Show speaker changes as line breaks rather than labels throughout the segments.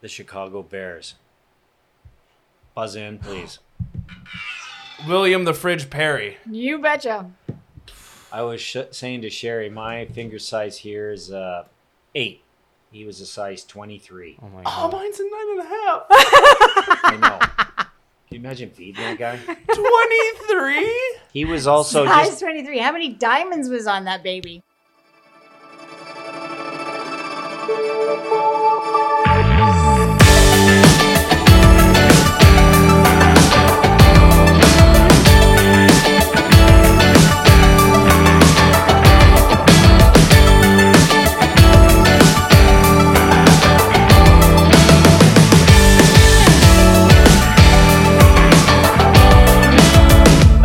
the Chicago Bears? Buzz in, please.
William the Fridge Perry.
You betcha.
I was sh- saying to Sherry, my finger size here is uh, eight. He was a size 23.
Oh my
Oh,
god.
mine's a nine and a half.
I know. Can you imagine feeding that guy?
23?
He was also
Size
just.
23. How many diamonds was on that baby?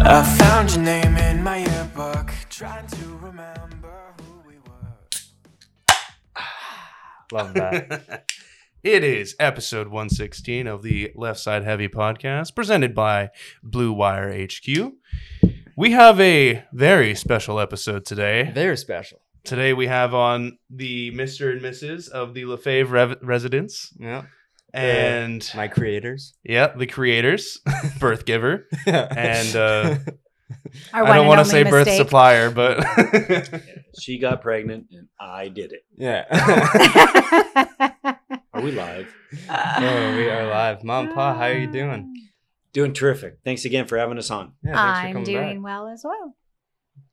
I found your name in my yearbook, trying to remember who we were.
Love that.
it is episode 116 of the Left Side Heavy podcast, presented by Blue Wire HQ. We have a very special episode today.
They're special.
Today we have on the Mr. and Mrs. of the Lefebvre Rev- Residence
Yeah.
and,
My creators.
yeah, the creators, Birth Giver, and uh,
Our
I don't
and
want to
only
say Birth
mistake.
Supplier, but
She got pregnant and I did it.
Oh,
yeah.
Are we live?
oh, we are live. Mom, Pa, how are you doing?
Doing terrific. Thanks again for having us on.
Yeah,
I'm doing well as well.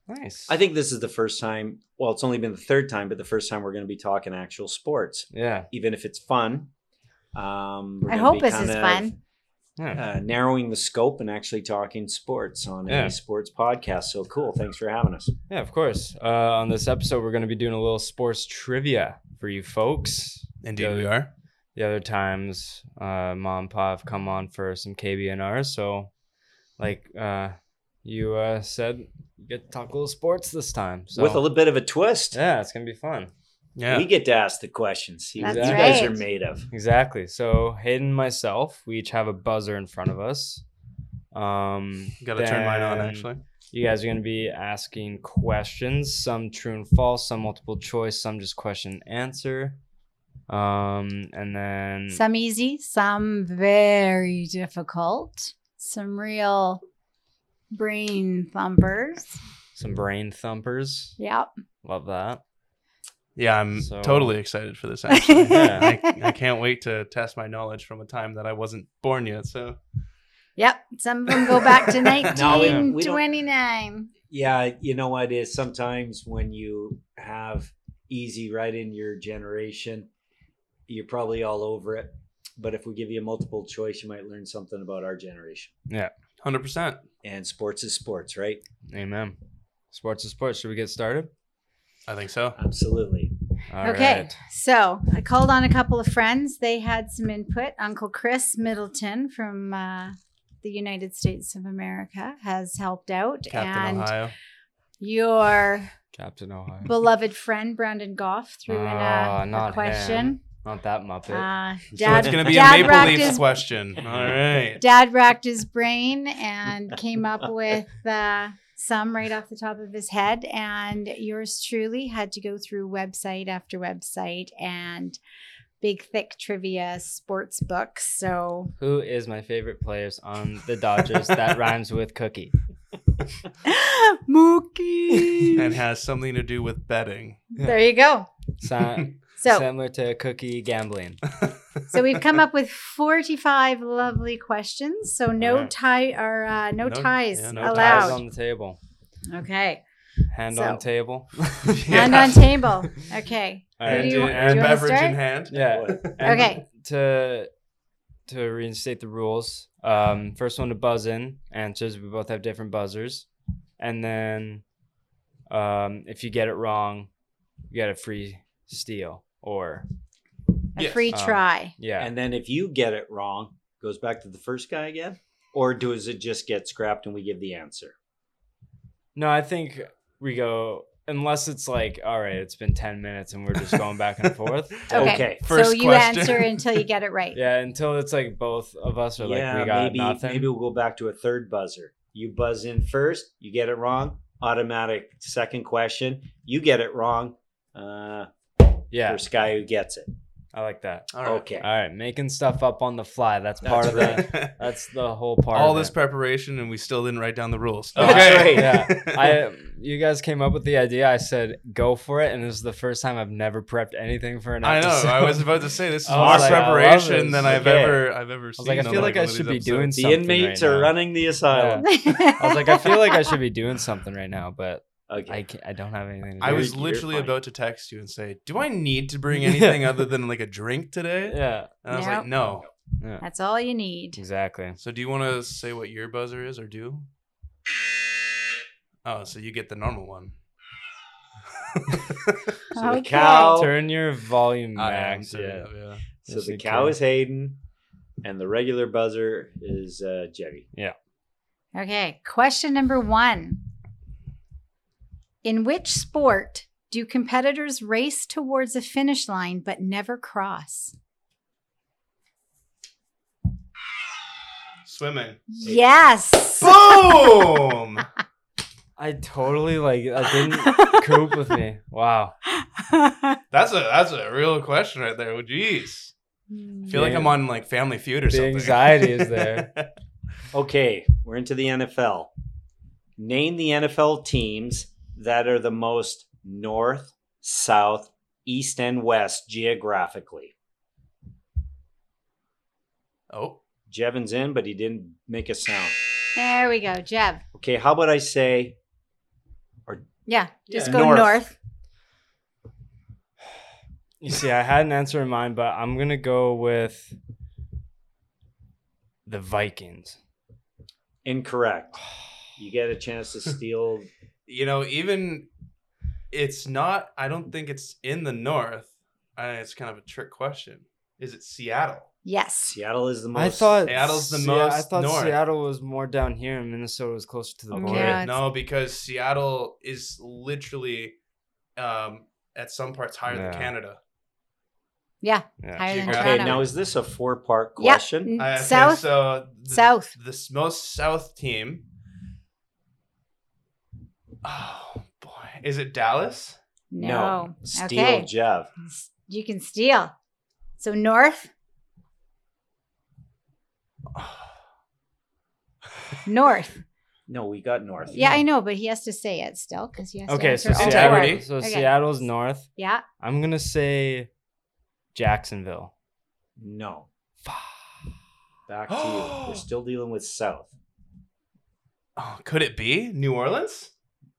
back. Nice.
I think this is the first time, well, it's only been the third time, but the first time we're going to be talking actual sports,
Yeah.
even if it's fun. Um, we're
I
gonna
hope
be
this
kind
is
of,
fun.
Yeah.
Uh, narrowing the scope and actually talking sports on
Yeah.
a sports podcast. So cool. Thanks for having us.
Yeah, of course. Uh, on this episode, we're going to be doing a little sports trivia for you folks.
indeed we are.
The other times, uh, mom and pa have come on for some KBNR. So, like uh, you uh, said, you get to talk a little sports this time. So,
With a little bit of a twist,
yeah, it's going to be fun.
Yeah.
we get to ask the questions. You-
That's
you guys
right.
are made of.
Exactly. So, Hayden and myself, we each have a buzzer in front of us. Um,
Got to turn mine on,
then-
actually.
You guys are going to be asking questions, some true and false, some multiple choice, some just question and answer. Um, and then
Some easy, some very difficult, some real brain thumpers.
some brain thumpers.
Yep.
Love that.
Yeah, I'm
So-
totally excited for this. Actually,
Yeah.
I, I can't wait to test my knowledge from a time that I wasn't born yet. So
Yep. Some of them go back to
No,
we-
we don't-
1929.
Yeah, you know what it is sometimes when you have easy right in your generation, you're probably all over it. But if we give you a multiple choice, you might learn something about our generation.
hundred percent.
And sports is sports, right?
Amen. Sports is sports. Should we get started?
I think so.
Absolutely.
All
okay.
right.
So I called on a couple of friends. They had some input. Uncle Chris Middleton from uh, the United States of America has helped out.
Captain
and
Ohio.
your
Captain Ohio.
beloved friend, Brandon Goff, threw in
Ah,
a- a,
not
question.
Not that Muppet.
Uh,
so
dad,
it's gonna be a
dad
Maple
racked
Leafs
his-
question. All right.
dad racked his brain and came up with uh, some right off the top of his head. And yours truly had to go through website after website and big, thick trivia sports books. So
Who is my favorite players on the Dodgers that rhymes with cookie?
And
Mookie.
has something to do with betting.
there you go.
Sa-
So,
similar to cookie gambling.
so we've come up with 45 lovely questions. So no
Alright.
tie or uh, no,
No-
ties
yeah, no
Eyes
allowed.
on the table.
Okay.
Hand
So-
on table.
Hand on table. Okay.
All
Who do
right,
And,
you-
in-
do
and
you wanna
beverage
start?
in hand.
Yeah. And
Okay.
To to reinstate the rules, um, first one to buzz in answers. We both have different buzzers, and then um, if you get it wrong, you get a free steal or
A
Yes.
free
Um,
try.
yeah.
And then if you get it wrong, goes back to the first guy again? Or does it just get scrapped and we give the answer?
no, I think we go unless it's like all right, it's been ten minutes and we're just going back and forth.
Okay.
okay.
so
First
you
question.
answer until you get it right.
Yeah, until it's like both of us are
yeah,
like we got
maybe
nothing.
maybe we'll go back to a third buzzer. You buzz in first, you get it wrong, automatic second question. You get it wrong, uh,
yeah,
first guy who gets it.
I like that.
All right.
Okay.
All right, making stuff up on the fly. That's part
That's
of
right.
the. That's the whole part.
All
of
this
it.
preparation, and we still didn't write down the rules.
Oh, that's
right, I you guys came up with the idea. I said go for it, and this is the first time I've never prepped anything for an
I know.
episode.
I was about to say this is
I
more
was like, I love
preparation
this.
than I've
Okay.
ever I've ever seen.
like, I
on,
feel like I
one of
should
these
be doing
episodes.
something
The inmates
right
are
now.
running the asylum.
I was like, I feel like I should be doing something right now, but
Okay.
I can't, I don't have anything. To
I
do.
was
You're
literally
fine.
about to text you and say, "Do I need to bring anything other than like a drink today?"
Yeah.
And I was like,
Nope.
"No."
Yeah.
That's all you need.
Exactly.
So, do you want to say what your buzzer is, or do? Oh, so you get the normal one.
So the
Okay.
cow- Oh.
Turn your volume
I am
max.
turning
Yeah.
up, yeah.
So
Yes,
the
you
cow
can.
is Hayden, and the regular buzzer is uh, Jetty.
Okay. Question number one In which sport do competitors race towards a finish line but never cross?
Swimming.
Yes.
Boom!
I totally like. I didn't cope with me. Wow.
that's a that's a real question right there. Well, Jeez. I feel like
Yeah.
I'm on like Family Feud or
The
something.
anxiety is there.
Okay, we're into the NFL. Name the NFL teams that are the most north, south, east, and west geographically.
oh,
Jevin's in, but he didn't make a sound.
There we go, Jeb.
Okay, how about I say
Yeah, just
Yeah.
go
North.
north.
You see, I had an answer in mind, but I'm gonna go with the Vikings.
incorrect? You get a chance to steal.
you know, even it's not. I don't think it's in the north. I, it's kind of a trick question. Is it Seattle?
Yes.
Seattle is the most.
I thought
Seattle's the
Sea- I
most
thought
north.
Seattle was more down here, and Minnesota was closer to the
Okay.
border.
Yeah, it's-
no, because Seattle is literally um, at some parts higher than
Yeah.
Canada.
Yeah. Higher
Yeah.
than
Geographic.
Okay,
Toronto.
now is this a four-part
Yeah.
question?
Mm,
I- okay,
South.
so the,
South.
The s- most south team. Oh boy, is it Dallas?
no.
Steal
Okay.
Jev.
S- You can steal. So north, north.
No, we got north.
Yeah, I know, but he has to say it still because he has to
Okay,
answer
so
Seattle-
all four.
Seattle,
Integrity.
so
Okay.
Seattle's north.
Yeah.
I'm gonna say Jacksonville.
No. Back to you. We're still dealing with south.
Oh, could it be New Orleans?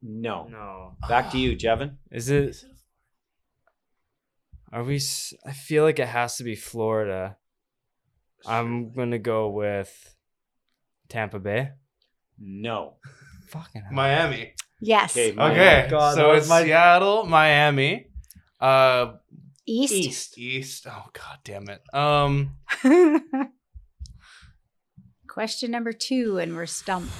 No.
No,
Back to you, Jevin.
is it? Are we? s- I feel like it has to be Florida. I'm gonna go with Tampa Bay.
No.
Fucking hell.
Miami.
Yes.
Okay. Miami.
Okay,
God, that
so
was
it's
my-
Seattle, Miami, uh,
East.
East.
East. Oh god damn it. Um,
Question number two, and we're stumped.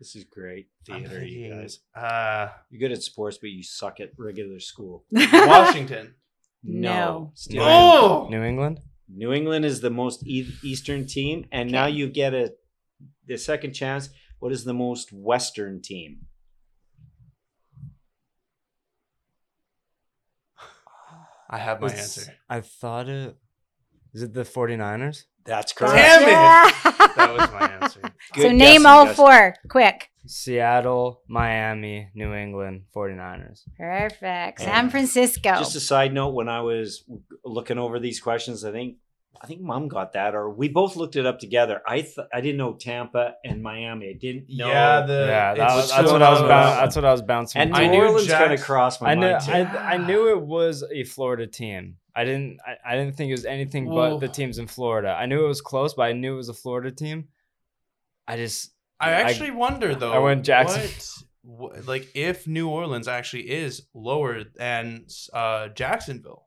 This is great
I'm
theater, you
thinking,
guys.
Uh,
You're good at sports, but you suck at regular school.
Washington.
No.
No.
Still
Oh!
oh,
New England.
New England is the most e- eastern team, and now you get a the second chance. What is the most western team?
I have my
It's-
answer.
I thought it. Is it the 49ers?
That's correct.
Damn it!
Yeah.
That was my answer.
Good
so
guessing,
name all
guys.
four, quick.
Seattle, Miami, New England, 49ers.
Perfect.
Um,
San Francisco.
Just a side note: when I was looking over these questions, I think I think Mom got that, or we both looked it up together. I th- I didn't know Tampa and Miami. I didn't know.
Yeah, the
yeah, that
it's
was,
so
that's what I was
close.
close.
bound, that's what I was bouncing.
and
between.
I
New
knew
Orleans
Jacks-
kind of crossed my
I knew
mind. too.
I, I knew it was a Florida team. I didn't I, I didn't think it was anything
Well-
but the teams in Florida. I knew it was close, but I knew it was a Florida team. I just
I actually wonder though.
I went Jackson.
What, wh- like if New Orleans actually is lower than uh, Jacksonville,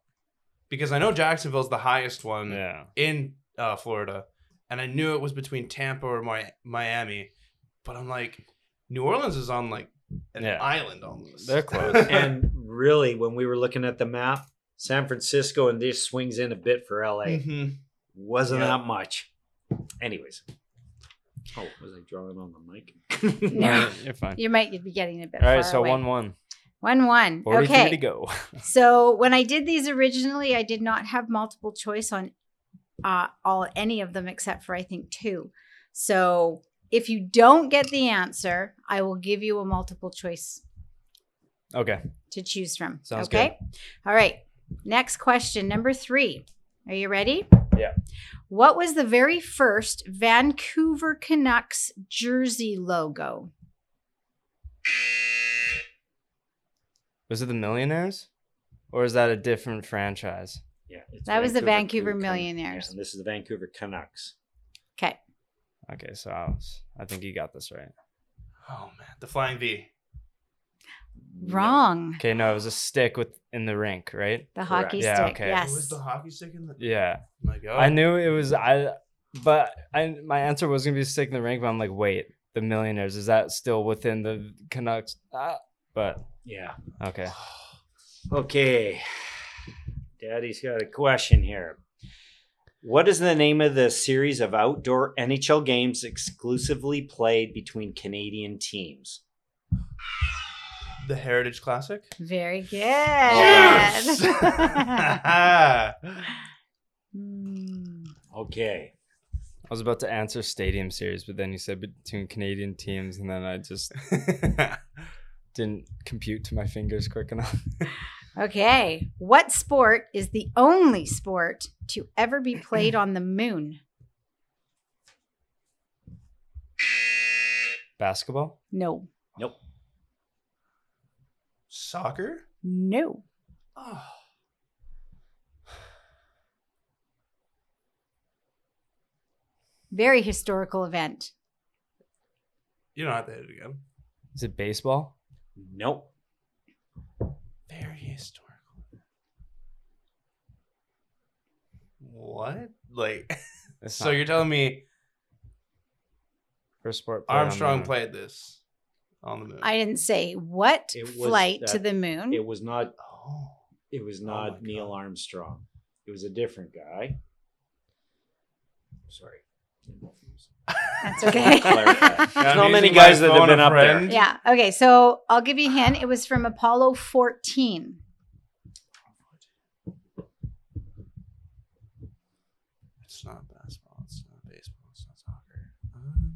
because I know Jacksonville's the highest one
yeah.
in uh, Florida, and I knew it was between Tampa or Mi- Miami, but I'm like, New Orleans is on like an
Yeah.
island almost.
They're close.
and really, when we were looking at the map, San Francisco and this swings in a bit for LA.
Mm-hmm.
Mhm.
Wasn't
Yeah.
that much. Anyways. Oh, was I drawing on the mic?
No.
You're fine.
you might be getting a bit.
All right,
far
so
away.
one one.
One one.
43
okay.
to go.
So when I did these originally, I did not have multiple choice on uh, all any of them except for I think two. So if you don't get the answer, I will give you a multiple choice
Okay.
to choose from.
Sounds
okay. All right. Next question, number three. Are you ready?
Yeah.
What was the very first Vancouver Canucks jersey logo?
Was it the Millionaires? Or is that a different franchise?
Yeah, it's
That was the Vancouver
Can- Can-
Millionaires.
yeah, and this is the Vancouver Canucks.
Okay.
Okay, so I, was, I think you got this right.
Oh man, the flying V.
No.
Wrong.
Okay, no, it was a stick with in the rink, right?
The
Correct.
hockey
Yeah,
stick.
okay.
It was
Yes.
the hockey stick in the?
Yeah.
Oh my God.
I knew it was I but I my answer was gonna be stick in the rink, but I'm like, wait, the millionaires, is that still within the Canucks? Ah, but
Yeah.
okay.
Okay. Daddy's got a question here. What is the name of the series of outdoor NHL games exclusively played between Canadian teams?
the Heritage Classic.
Very good.
Yes!
Hmm.
Okay.
I was about to answer Stadium Series, but then you said between Canadian teams, and then I just didn't compute to my fingers quick enough.
Okay. What sport is the only sport to ever be played on the moon?
Basketball?
No.
Nope.
Soccer.
No.
Oh.
Very historical event.
You don't have to hit it again.
Is it baseball?
Nope.
Very historical. What? Like,
It's
so
not
you're telling me
first sport. played on the
Armstrong
moon.
played this on the moon?
I didn't say what
It was
flight to
that-
the moon.
It was not
oh.
it was
Oh
not
my
Neil
God.
Armstrong. It was a different guy. Sorry.
That's okay.
Clarify. There's
I'm
not many
using my
guys that have
phone
been
a
up there.
friend.
yeah. Okay. So I'll give you a hint. It was from Apollo 14.
It's not basketball. It's not baseball. It's not soccer. Um,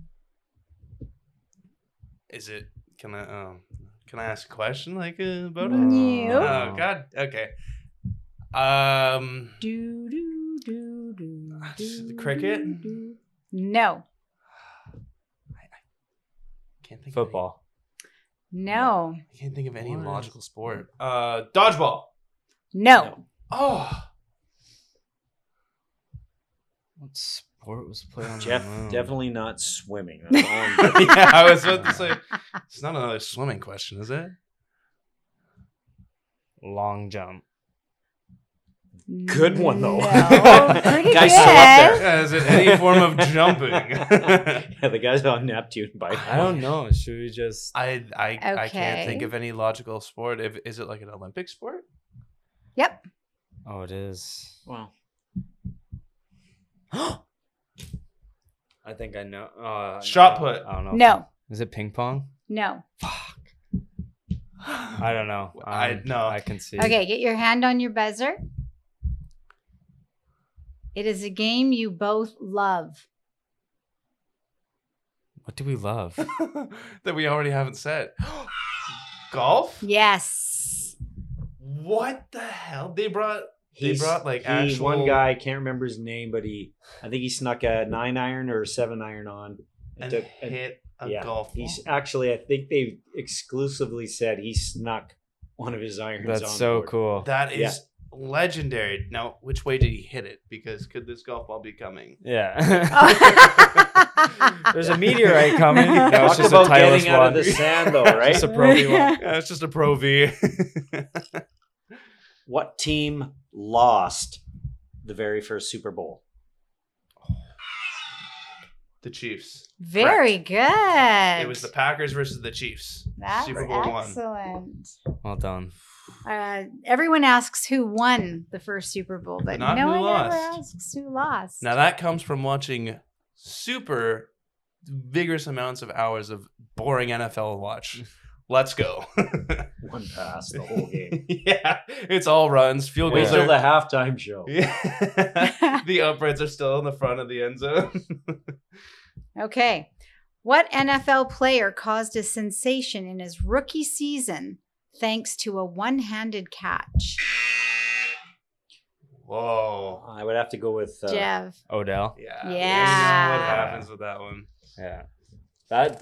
is it? Can I? Um, can I ask a question like uh, about it?
No.
Oh God. Okay. Um.
Do, do, do, do, do,
Cricket?
do, do. No.
Can't think Of
Football.
No.
any, I can't think of any
What?
logical sport. Uh, dodgeball.
No.
Oh.
What sport was played on
Jeff
the
Oh.
moon?
definitely not swimming. That's all I'm getting.
yeah, I was about to say. It's not another swimming question, is it?
long jump.
Good one, though.
No. Pretty
Guys still
good.
up
Yeah, Is it any form of jumping? I
yeah, the guys on Neptune by
I don't know. Should we just?
I I
Okay.
can't think of any logical sport. If is it like an Olympic sport?
Yep.
Oh, it is.
Wow.
I think I know. Uh,
Shot
no,
put.
I don't know.
No.
Is it ping pong?
No.
I don't know.
I-
Um,
no.
I can see.
Okay, get your hand on your buzzer. It is a game you both love.
What do we love?
that we already haven't said. Golf?
Yes.
What the hell? They brought
He's,
brought, like,
he- one
actual-
guy. I can't remember his name, but he I think he snuck a nine iron or a seven iron on.
and
took- and-
hit a
yeah,
golf. Ball.
He's actually I think they exclusively said he snuck one of his irons. on
That's so
board.
cool.
That is
Yeah.
legendary. Now, which way did he hit it? Because could this golf ball be coming?
yeah.
Oh.
There's a meteorite coming.
Talk
No, it's
Talk
just
about
a tireless
getting out of
one.
the sand, though, right?
Just a pro V one.
Yeah, it's just a pro V.
what team lost the very first Super Bowl?
the Chiefs.
Very good.
It was the Packers versus the Chiefs.
That's
Super Bowl one.
excellent.
Well done.
Uh, everyone asks who won the first Super Bowl, but
Not
no
who
one ever
lost.
asks who lost.
Now that comes from watching super vigorous amounts of hours of boring NFL watch Let's go.
One pass the whole game.
yeah, it's all runs. Field
Wait
goals
till
are
the halftime show.
Yeah. the uprights are still in the front of the end zone.
Okay. What NFL player caused a sensation in his rookie season thanks to a one handed catch?
Whoa.
I would have to go with uh,
Jeff.
Odell.
Yeah.
Yeah.
What happens with that one?
Yeah, that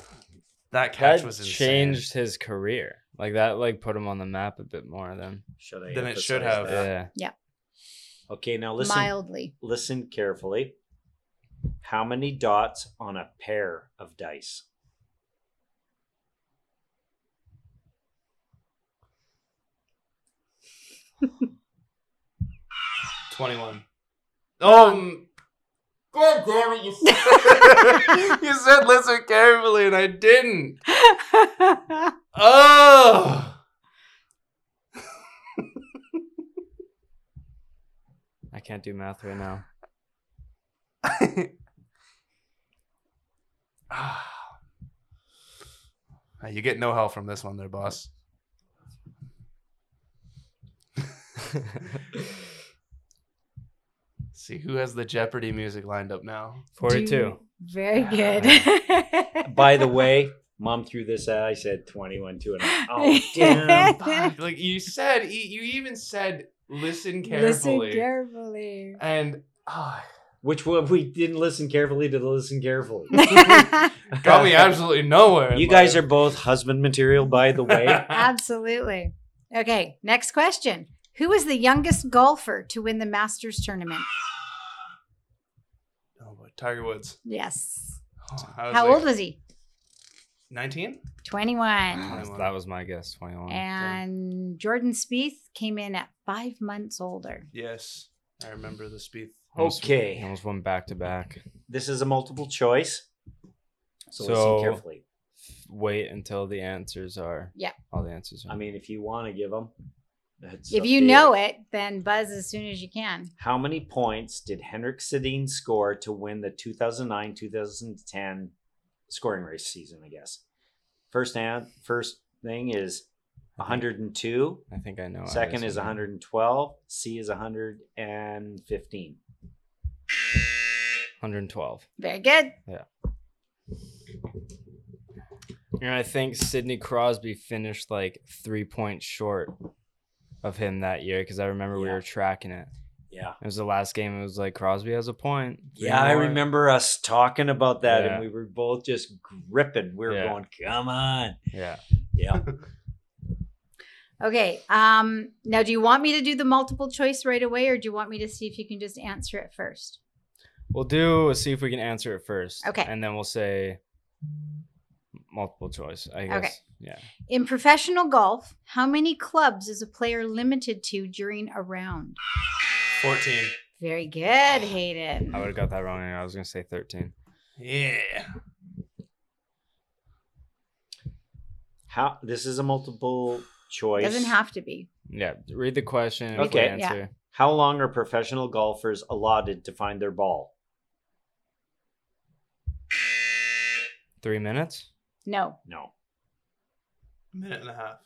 That catch
that
was insane.
changed his career. Like that, like put him on the map a bit more. Then
Should I
Then it should
emphasize
have.
that?
yeah,
Okay, now listen.
Mildly.
Listen carefully. How many dots on a pair of dice?
Twenty-one. Um. God damn it! You said, you said listen carefully, and I didn't. Oh.
I can't do math right now.
Ah. you get no help from this one, there, boss. See who has the Jeopardy music lined up now.
Forty-two.
Very good.
Ah. By the way, mom threw this at I said 21, 2 and a half. Oh, damn.
Fuck, like you said, e- you even said, listen
Listen
carefully.
carefully.
and ah,
Which one we didn't listen carefully to the listen carefully.
got me absolutely nowhere. in
You guys are
life.
both husband material, by the way.
Absolutely. Okay. Next question Who is the youngest golfer to win the Masters tournament?
oh boy, Tiger Woods.
Yes.
Oh, I
How old
like,
was he?
Nineteen.
21.
Ah,
That's-
Twenty-one.
That was my guess. Twenty-one.
And Jordan Spieth came in at five months older.
Yes, I remember the speed.
He almost-
Okay.
he almost won back to back.
This is a multiple choice. So,
So-
listen carefully.
Wait until the answers are.
Yeah.
All the answers are.
I mean, if you want to give them, that's
if you know it, then buzz as soon as you can.
How many points did Henrik Sedin score to win the 2009 2010 scoring race season? I guess. First hand, first thing is 102.
I think Oh, I know. it.
Second
I
is
said-
112. C is 115.
112.
Very good.
And I think Sidney Crosby finished like three points short of him that year because I remember we
Yeah.
were tracking it.
Yeah.
It was the last game. It was like Crosby has a point. three
Yeah, I
more.
remember us talking about that,
Yeah.
and we were both just gripping. We were
Yeah.
going, "Come on!"
Yeah.
Yeah,
Okay. Um, now, do you want me to do the multiple choice right away, or do you want me to see if you can just answer it first?
We'll do see if we can answer it first.
Okay.
And then we'll say multiple choice. I guess. Yeah.
In professional golf, how many clubs is a player limited to during a round?
Fourteen.
Very good,
I
Hayden.
would have got that wrong. anyway. I was gonna say 13.
Yeah.
how this is a multiple choice.
Doesn't have to be.
Yeah. Read the question. and if we
Okay.
Yeah.
Answer.
How long are professional golfers allotted to find their ball?
Three minutes.
No,
No.
Minute and a half.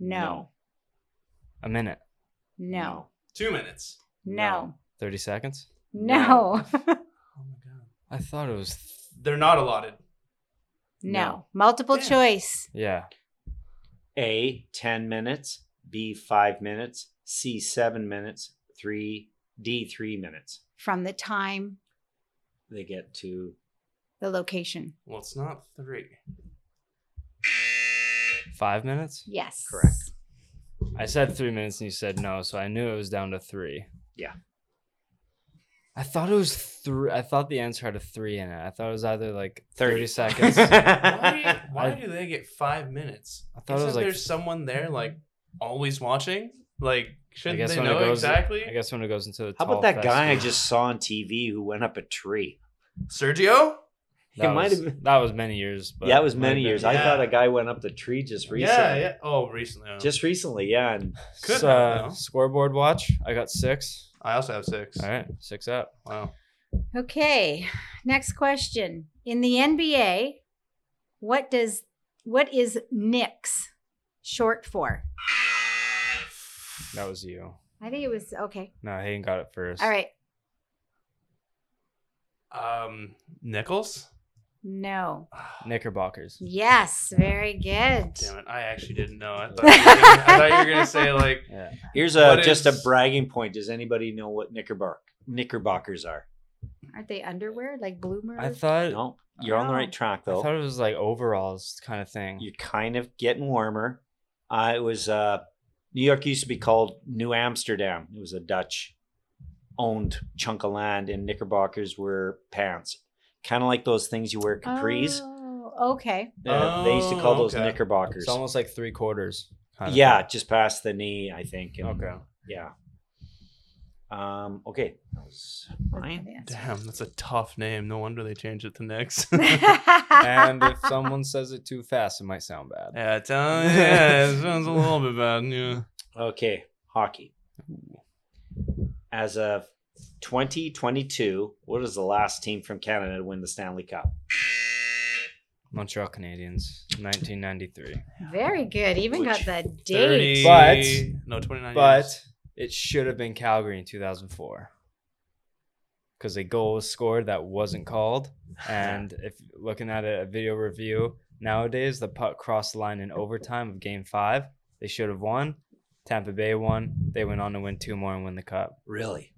no,
A minute.
no,
Two minutes.
no,
Thirty seconds.
no,
Oh my god.
I thought it was. Th-
They're not allotted.
no. Multiple
Damn.
choice.
yeah.
A, 10 minutes. B, 5 minutes. C, 7 minutes. 3, D, 3 minutes.
from the time,
They get to
the location.
Well, it's not three.
Five minutes.
Yes.
Correct.
I said three minutes and you said no, so I knew it was down to three.
Yeah.
I thought it was three. I thought the answer had a three in it. I thought it was either like 30, seconds. I
Why,
I
why
I-
do they get five minutes?
I thought it
Isn't
was like-
there someone there like always watching? Like shouldn't
guess
they
when it
know
goes,
exactly?
I guess when it goes into the
How
tall
about that
fast
guy I
food-
just saw on TV who went up a tree?
Sergio?
it
That,
might
was,
have been-
that was many years. But
yeah, it was
might have
many
been-
years. I
yeah.
thought a guy went up the tree just recently.
Yeah, yeah. Oh, recently. oh.
Just recently, yeah. And
Could
So,
have, though.
scoreboard watch. I got six.
I also have six.
All right, six up.
Wow.
Okay. Next question. In the NBA, what does what is Knicks short for?
That was you.
I think it was okay.
No, Hayden got it first.
All right.
Um, Nichols.
No.
Knickerbockers.
Yes. Very good.
Damn it! I actually didn't know. I thought you were gonna, I thought you were gonna say like
Yeah.
Here's a
What
just
is-
a bragging point. Does anybody know what knickerbock knickerbockers are?
Aren't they underwear like bloomers?
I thought
No, you're on the right
No.
track
Uh, I
though.
thought it was like overalls kind of thing.
you're kind of getting warmer. Uh, it was uh, New York used to be called New Amsterdam. It was a Dutch owned chunk of land, and knickerbockers were pants, kind of like those things you wear capris.
Oh, okay.
Uh, they used to call those
Oh, okay.
knickerbockers.
It's almost like three quarters. kind of
Yeah, just past the knee, I think.
thing.
and-
Okay.
Yeah. Um, okay. That was
That's
mine.
the answer.
Damn, that's a tough name. No wonder they changed it to Knicks.
And if someone says it too fast, it might sound bad.
yeah, it's, uh, yeah, it sounds a little bit bad. Yeah.
Okay, hockey. As of 2022, what is the last team from Canada to win the Stanley Cup?
Montreal Canadiens, 1993.
Very good. Even
Which-
got the date.
30,
But-
no, twenty nine.
But it should have been Calgary in 2004 because a goal was scored that wasn't called. And if looking at a, a video review nowadays, the puck crossed the line in overtime of Game Five. They should have won. Tampa Bay won. They went on to win two more and win the cup.
Really?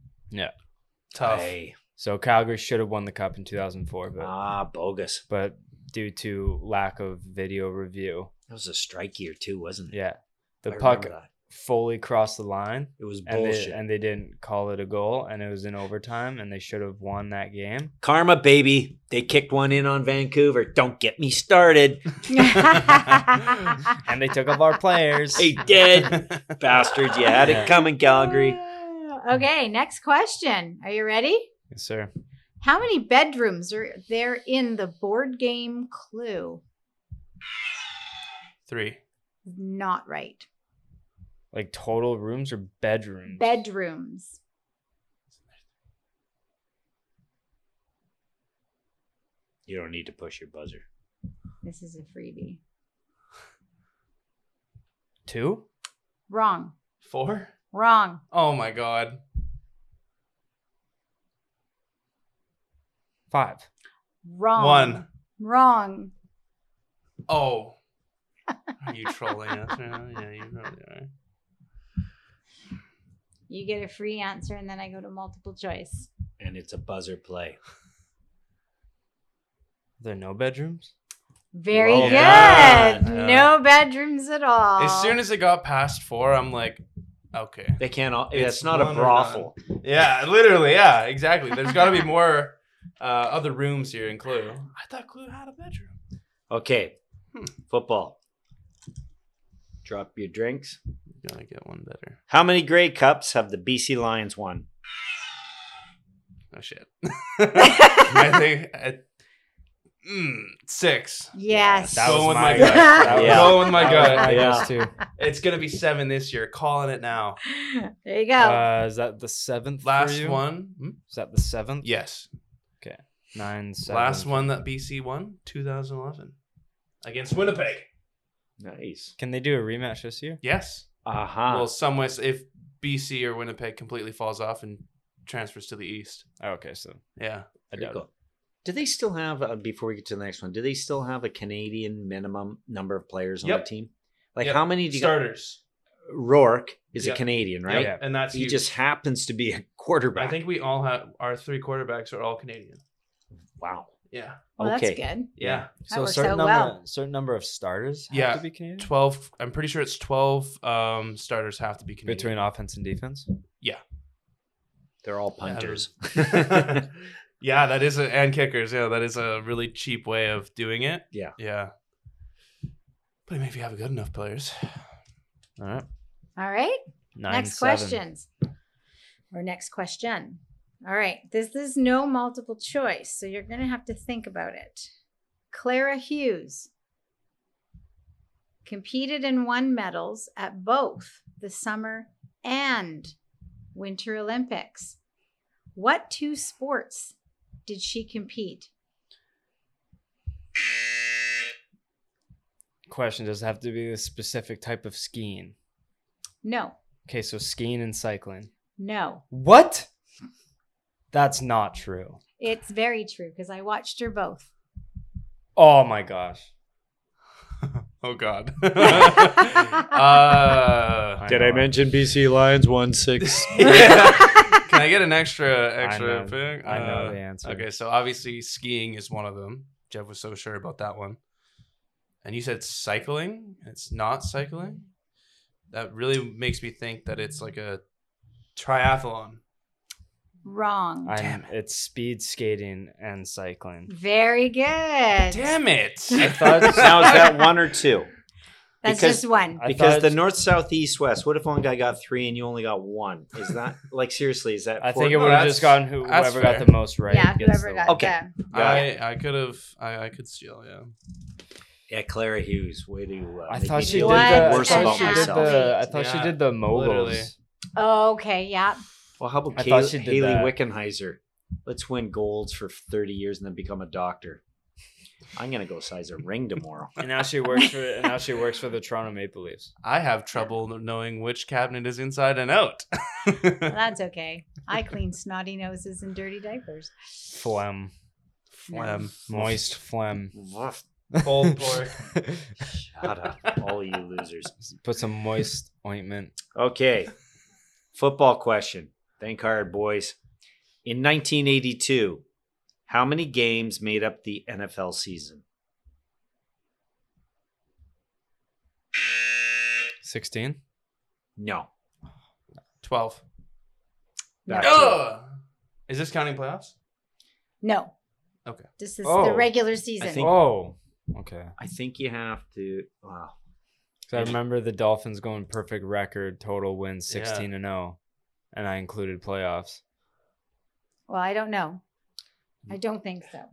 tough.
Hey.
So Calgary should have won the cup in 2004, but
Ah, bogus.
but due to lack of video review,
That was a strike year too, wasn't it?
yeah, the
I
puck
remember that.
fully crossed the line.
It was
and
bullshit.
they, and they didn't call it a goal and it was in overtime and they should have won that game
Karma, baby. They kicked one in on Vancouver. Don't get me started.
and they took off our players
They did. Bastard, you had it coming, Calgary.
Okay, next question. Are you ready?
yes sir
How many bedrooms are there in the board game Clue?
Three.
Not right.
like total rooms or bedrooms
Bedrooms.
You don't need to push your buzzer.
This is a freebie.
two
Wrong.
Four?
Wrong.
Oh my god.
five
Wrong.
One.
Wrong.
Oh. Are you trolling us? now? Yeah, you probably are.
You get a free answer and then I go to multiple choice.
And it's a buzzer play.
are there no bedrooms
Very
Well
good.
done.
No bedrooms at all.
As soon as it got past four, I'm like, okay.
They can't. All,
It's
it's, not a
one or
brothel.
Yeah, literally. Yeah, exactly. There's got to be more uh, other rooms here in Clue. I thought Clue had a bedroom.
Okay,
Hmm.
football. Drop your drinks.
Gotta get one better.
How many Grey Cups have the BC Lions won?
Oh shit. I think I, mm, six.
yes.
that
Going
was
with
my
my
gut.
gut.
That was-
Yeah.
Going with my
that was
gut.
my
Oh Yeah.
Uh, guess too
It's gonna be seven this year. Calling it now.
there you go.
uh, is that the seventh for
Last
you?
one. Hmm?
is that the seventh
Yes.
nine seven
Last one that BC won, 2011, against Winnipeg.
Nice.
can they do a rematch this year
Yes.
Uh
Ah.
huh.
Well, some ways if BC or Winnipeg completely falls off and transfers to the East.
oh, okay so
Yeah.
i doubt it.
Do they still have? Uh, before we get to the next one, do they still have a Canadian minimum number of players on
Yep.
the team? Like
Yep.
how many do you got?
Starters,
Rourke is
Yep.
a Canadian, right?
Yep.
And that's
He
huge.
just happens to be a quarterback.
I think we all have our three quarterbacks are all Canadian.
Wow.
Yeah.
well,
okay.
that's good.
Yeah.
That
so a
works
certain
out
number
well.
certain number of starters have
Yeah.
to be canadian
12 i'm pretty sure it's 12 um starters have to be Canadian.
between offense and defense
They're all punters.
yeah that is a, and kickers yeah that is a really cheap way of doing it
Yeah.
yeah but I mean, if you have good enough players
all right
All right.
nine,
next
seven.
questions. Or next question. All right. This is no multiple choice, so you're going to have to think about it. Clara Hughes competed and won medals at both the Summer and Winter Olympics. What two sports did she compete?
question does it have to be a specific type of skiing?
No,
Okay, so skiing and cycling.
no.
What? That's not true.
It's very true because I watched her both.
Oh my gosh.
Oh God. uh,
Did I mention BC Lions one six?
Yeah. Can I get an extra extra
know-
pick?
I know
Uh,
the answer.
Okay, so obviously skiing is one of them. Jeff was so sure about that one. And you said cycling? It's not cycling? That really makes me think that it's like a triathlon.
Wrong.
I'm,
Damn
It's speed skating and cycling.
very good.
Damn it.
I thought it
now
sounded-
is that one or two?
That's
because-
just one.
I
because
thought-
the north, south, east, west. What if one guy got three and you only got one? Is that like seriously? Is that?
I
four-
think it
No,
would have
that's-
just gotten who,
that's
whoever got
fair.
the most right.
yeah,
gets
whoever
the-
got
Okay.
them.
I I could have I, I could steal, yeah.
yeah, Clara Hughes. Way to. Uh,
I
make
thought
me
she did
feel
the.
What
worse
the
about
she did
myself.
the. I thought
Yeah,
she did the
literally.
moguls.
Oh, okay, yeah.
Well, how about
I thought
Kay-
she did
Haley
that.
Wickenheiser? Let's win golds for 30 years and then become a doctor. I'm gonna go size a ring tomorrow.
And now she works for. And now she works for the Toronto Maple Leafs.
I have trouble knowing which cabinet is inside and out.
Well, that's okay. I clean snotty noses and dirty diapers.
Phlegm,
Phlegm.
moist phlegm.
Woof.
Oh,
Cold pork.
Shut up, all you losers.
Put some moist ointment.
Okay, football question. Think hard, boys. In 1982, how many games made up the NFL season?
Sixteen.
No.
12.
Back to
Ugh! Is this counting playoffs?
No.
Okay.
This is the
Oh.
regular season.
think-
Oh, okay.
I think you have to. Wow.
So I remember the Dolphins going perfect record, total wins
Yeah.
sixteen and zero, and I included playoffs.
well, I don't know. I don't think so.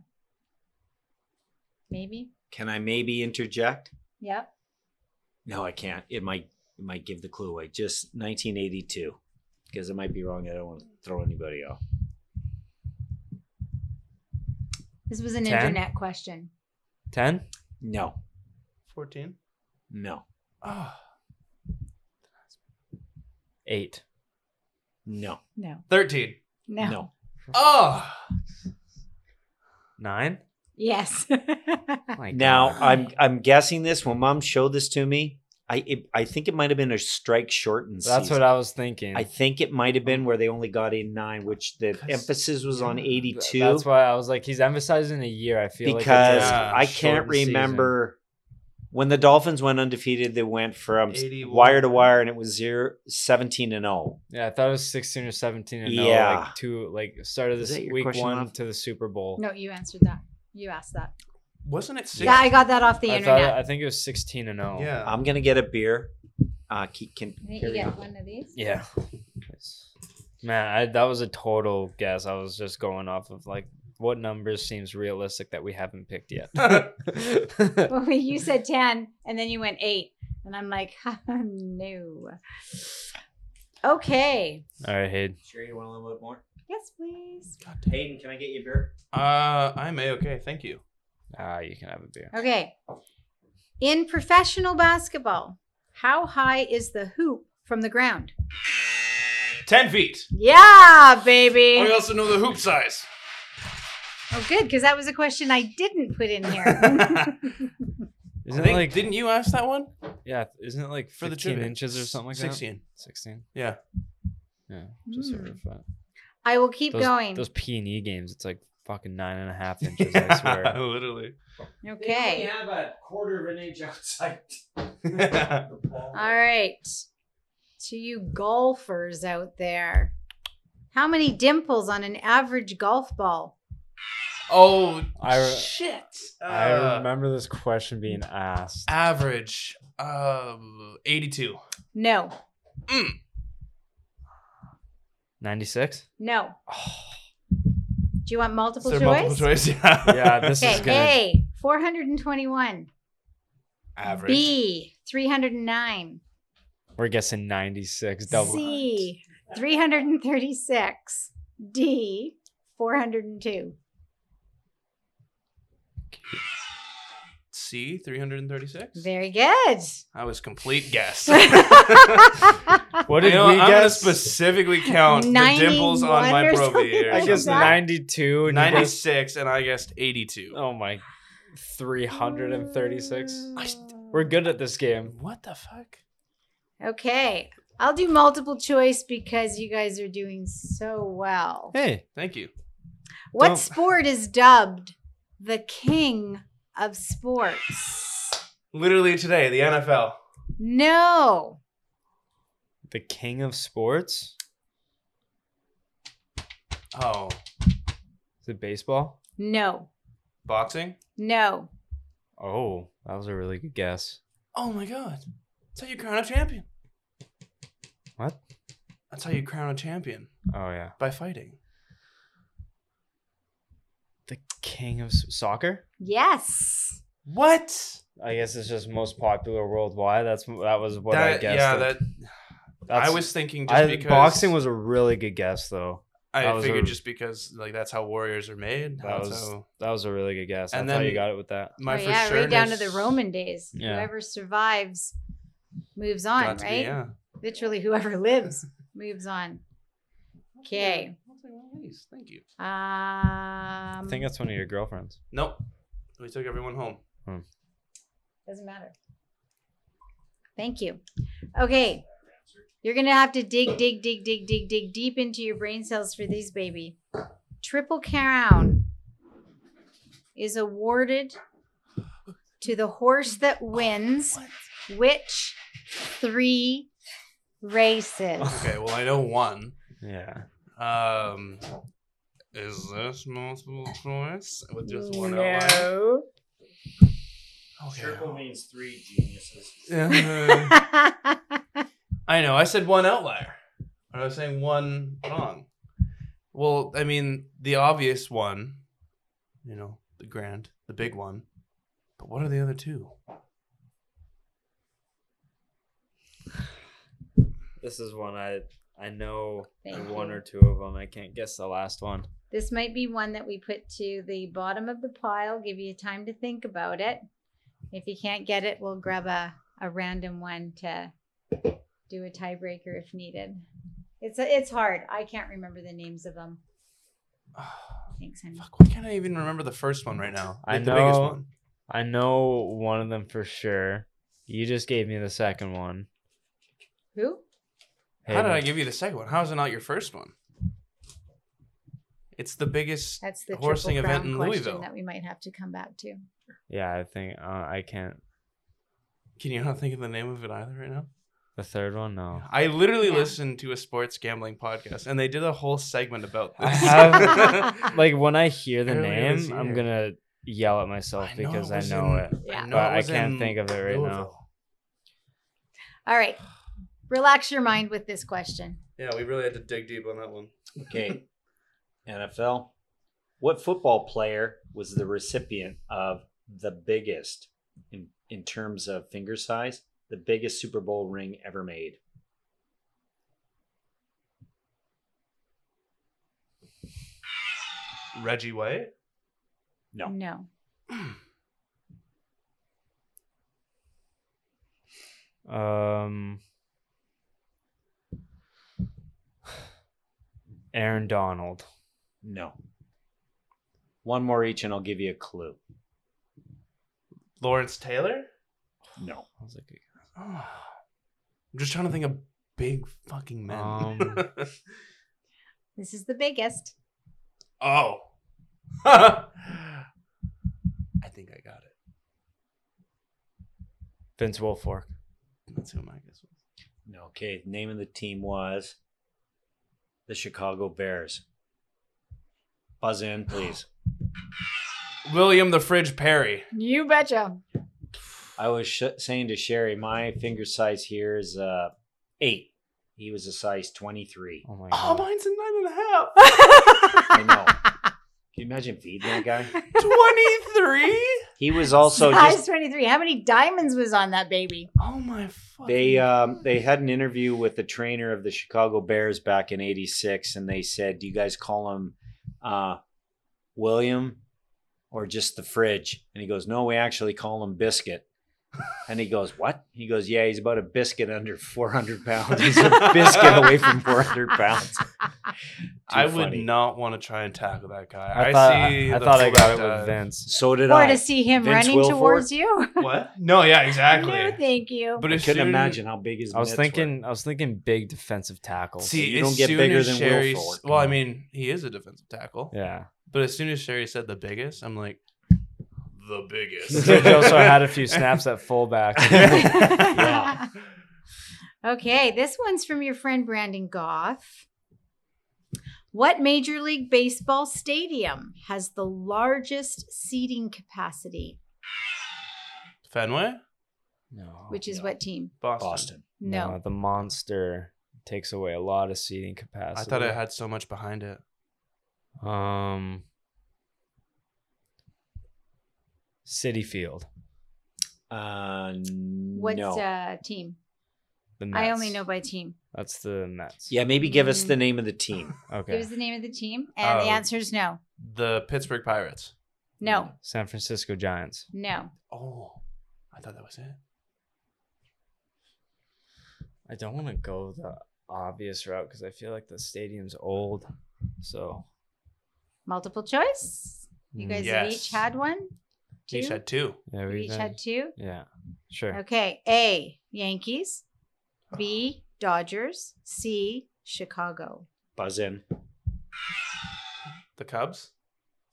Maybe.
Can I maybe interject?
Yep.
No, I can't. It might it might give the clue away. Just 1982, because I might be wrong. I don't want to throw anybody off.
This was an
Ten?
internet question.
Ten.
No,
14.
no,
Oh,
Eight.
no,
No.
13.
no.
No.
Oh,
Nine.
Yes.
My
Now
God.
I'm I'm guessing this. When Mom showed this to me, I it, I think it might have been a strike shortened.
That's what I was thinking.
I think it might have been where they only got in nine, which the
'Cause-
emphasis was on
yeah,
82
That's why I was like, he's emphasizing a year. I feel
because
like
Yeah,
I can't
shortened season.
remember when the Dolphins went undefeated. They went from
81.
wire to wire, and it was zero, 17 and oh. zero.
yeah, I thought it was sixteen or seventeen and yeah.
Yeah.
like two like started
Is
this
that your
week
question,
one
Rob?
to the Super Bowl.
no, you answered that. You asked that.
wasn't it six?
Yeah, I got that off the
I thought
internet.
I think it was sixteen and zero.
Yeah.
I'm gonna get a beer. Uh, keep, can
I think
here
you
we
get
go.
one of these.
Yeah. Man, I, that was a total guess. I was just going off of like what numbers seems realistic that we haven't picked yet.
Well, you said 10 and then you went 8. And I'm like, no. Okay.
All right, Hayden.
Sure, you want a little bit more?
Yes, please.
Hayden, can I get you a beer?
uh, I'm a okay. Thank you.
Ah, you can have a beer.
Okay. In professional basketball, how high is the hoop from the ground?
10 feet.
Yeah,
Oh,
baby.
I also know the hoop size.
Oh, good, because that was a question I didn't put in here.
Isn't
Isn't it
think,
like
didn't you ask that one
yeah? Isn't it like
for the
fifteen
trivia?
inches or something like that?
16.
Sixteen.
Yeah.
Yeah, just
Hmm.
over five.
I will keep
those,
going.
Those P and E games, it's like fucking nine and a half inches. I swear.
Literally.
Okay.
have a quarter of an inch outside.
All right. To you golfers out there, how many dimples on an average golf ball?
oh,
I re-
shit.
I
Uh,
remember this question being asked.
Average. Um, 82.
No,
Ninety six.
no. Do you want multiple
Is there
choice?
multiple choice? Yeah.
Yeah, this
Okay,
is gonna.
A, 421.
Average.
B, 309.
We're guessing ninety six. Double.
C, 336. D, 402.
C, 336.
Very good.
I was complete guess.
What
you
did
know,
we
I'm gonna
guess?
specifically count the dimples on
91
my
or
probe here.
I
something
guess
like that.
92. and you guessed-
96, and I guessed 82.
Oh my. 336. We're good at this game.
What the fuck?
Okay. I'll do multiple choice because you guys are doing so well.
Hey.
Thank you.
What
Don't-
sport is dubbed the king of sports?
Literally today, the NFL.
No.
The king of sports?
Oh,
Is it baseball?
No.
boxing?
No.
Oh, that was a really good guess.
Oh my god. That's how you crown a champion.
What?
That's how you crown a champion
Oh, yeah.
by fighting.
The king of s- soccer?
Yes.
What?
I guess it's just most popular worldwide. That's m- that was what I
That-
guessed.
yeah,
it.
that
That's-
I was thinking just
I,
because
boxing was a really good guess though. that
I
was
figured
a-
just because like that's how warriors are made.
That
that's
was-
how-
That was a really good guess.
And
I thought you
then-
got it with that.
my
oh,
for
yeah,
sure
right down to the Roman days.
Yeah.
Whoever survives moves on, right?
yeah.
Literally, whoever lives moves on. Okay.
I'll take one of these. Thank you.
Um,
I think that's one of your girlfriends.
Nope. We took everyone home.
Doesn't matter. Thank you. Okay. You're going to have to dig, dig, dig, dig, dig, dig deep into your brain cells for these, baby. Triple crown is awarded to the horse that wins which three races?
Okay, well I know one.
Yeah.
Um is this multiple choice with just one outline?
no.
Okay.
Triple means three geniuses.
Uh, I know. I said one outlier. I was saying one wrong. Well, I mean, the obvious one, you know, the grand, the big one. But what are the other two?
This is one I I know
Thank
one
you.
or two of them. I can't guess the last one.
This might be one that we put to the bottom of the pile, give you time to think about it. If you can't get it, we'll grab a, a random one to do a tiebreaker if needed. It's it's hard. I can't remember the names of them. Thanks, honey.
Ah, Fuck, why can't I even remember the first one right now?
I
Like, the biggest
know.
one.
I know one of them for sure. You just gave me the second one.
Who?
How did I give you the second one? How is it not your first one? It's the biggest.
That's the
The horsing
triple
event
crown
in
question
Louisville.
that we might have to come back to.
Yeah, I think uh, I can't.
Can you not think of the name of it either right now?
The third one, no.
I literally
Yeah.
listened to a sports gambling podcast, and they did a whole segment about this.
I have-
Um,
Like when I hear the
Earlier this
name, I'm
year.
gonna yell at myself
I know it
because I
was
know
in-
it.
Yeah.
know
But
it
I
was
can't
in
think of it right now.
Louisville.
All right. Relax your mind with this question.
Yeah, we really had to dig deep on that one.
Okay. NFL. What football player was the recipient of the biggest, in, in terms of finger size, the biggest Super Bowl ring ever made?
Reggie White.
No.
No.
Um, Aaron Donald.
No. One more each, and I'll give you a clue.
Lawrence Taylor.
No.
I was like,
I'm Ah, just trying to think of big fucking men.
Um,
This is the biggest.
oh. I think I got it.
Vince Wilfork.
That's who my guess was.
No. Okay. The name of the team was the Chicago Bears. Buzz in, please.
William the Fridge Perry.
You betcha.
I was sh- saying to Sherry, my finger size here is uh, eight. He was a size 23.
Oh my
Oh,
god.
mine's a nine and a half.
I know. Can you imagine feeding that guy?
23?
He was also
Size
just
23. How many diamonds was on that baby?
Oh my fuck.
they um they had an interview with the trainer of the Chicago Bears back in '86, and they said, "Do you guys call him uh, William or just the fridge? And he goes, No, we actually call him Biscuit. And he goes, What? He goes, Yeah, he's about a biscuit under 400 pounds. He's a biscuit away from 400 pounds.
I
Too
would
funny.
not want to try and tackle that guy.
I,
I,
thought
see.
I, I
the
thought I got it
full
with
dive.
Vince.
So did
or
I.
to see him
Vince
running
Wilfork?
towards you.
What? No, yeah,
no,
exactly.
thank you.
But
I
as
couldn't
soon-
imagine how big his
I was
mitts
thinking I was thinking big defensive tackles.
See,
you
as
don't get
soon
bigger
as
than Will
Sherry,
Fork.
Well, I mean, he is a defensive tackle.
yeah.
But as soon as Sherry said the biggest, I'm like, the biggest.
he also had a few snaps at fullback.
Yeah.
Okay, this one's from your friend Brandon Goff. What Major League Baseball stadium has the largest seating capacity?
Fenway,
No,
Oh,
Which is
no.
what team?
were.
Boston.
Boston.
No.
the monster takes away a lot of seating capacity.
I thought it had so much behind it.
um City Field.
Uh,
What's
no.
uh, team? I
The Mets.
only know by team.
that's the Mets.
yeah, maybe give us the
Mm.
name of the team.
It
Okay.
was the name of the team, and the
Oh.
answer is no,
The Pittsburgh Pirates.
no,
San Francisco Giants.
no.
Oh, I thought that was it.
I don't want to go the obvious route because I feel like the stadium's old. So
Multiple choice. You
Mm.
guys have
Yes.
each had one. Two?
Each had two.
yeah,
You
we
each had two.
yeah, sure.
Okay. A, Yankees. B, Dodgers. C, Chicago.
Buzz in.
The Cubs?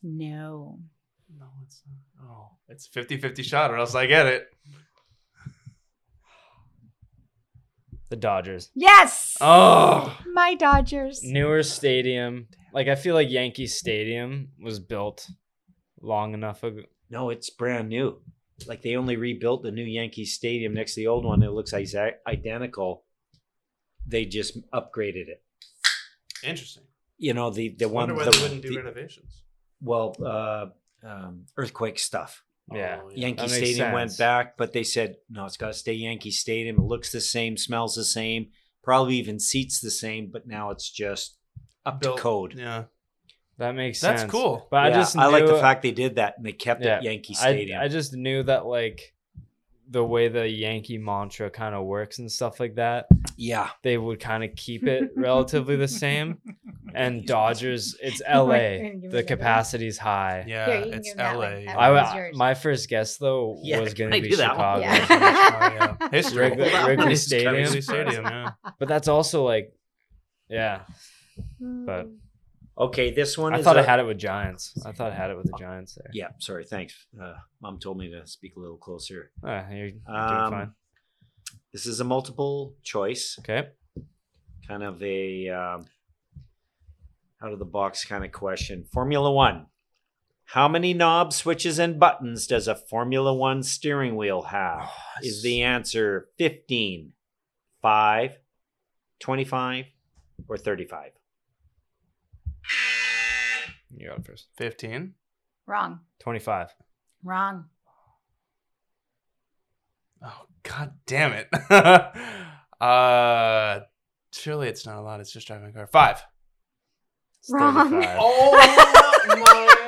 No.
No, it's not. Oh, it's 50 50 shot, or else I get it.
The Dodgers,
Yes.
Oh,
My Dodgers.
newer stadium. Like I feel like Yankee Stadium was built long enough ago.
No, it's brand new. Like they only rebuilt the new Yankee Stadium next to the old one. It looks exact identical. They just upgraded it.
interesting.
You know the the one
Wonder why
the-
they wouldn't do
the-
renovations.
well uh, um, earthquake stuff.
Yeah.
Oh,
Yankee
That makes
Stadium went
sense.
back, but they said no, it's got to stay Yankee Stadium. It looks the same, smells the same, probably even seats the same, but now it's just up
Built-
to code.
Yeah.
That makes
That's
sense.
cool.
But I
Yeah,
just
I like the
knew-
fact they did that and they kept
Yeah,
it Yankee
I,
Stadium.
I just knew that like the way the Yankee mantra kind of works and stuff like that,
yeah,
they would kind of keep it relatively the same. And Dodgers, it's
Oh
LA.
couldn't give
The
it to them.
capacity's high.
Yeah,
Here, you can
it's
give 'em that
LA.
one. That
I,
one
wa-
was yours.
my first guess though
Yeah,
was
can I
gonna be
do that one?
Chicago,
Yeah.
Oh, yeah. History.
Wrigley-
Hold on.
Wrigley
It's
Stadium.
Wrigley Stadium, yeah.
but that's also like, yeah.
Hmm.
but-
okay. This one.
I
is
thought I
a-
had it with Giants. I thought I had it with the Giants there.
Yeah, sorry. Thanks. Uh, Mom told me to speak a little closer.
Ah, you're doing
Um,
fine.
This is a multiple choice,
Okay.
kind of a um, out of the box kind of question. Formula One. How many knob switches and buttons does a Formula One steering wheel have? Is the answer 15, 5, 25, or 35?
You got it first.
15?
Wrong.
Twenty-five.
Wrong.
Oh, god damn it. uh, surely it's not a lot. It's just driving a car. Five.
It's
Wrong.
35.
Oh.
Oh,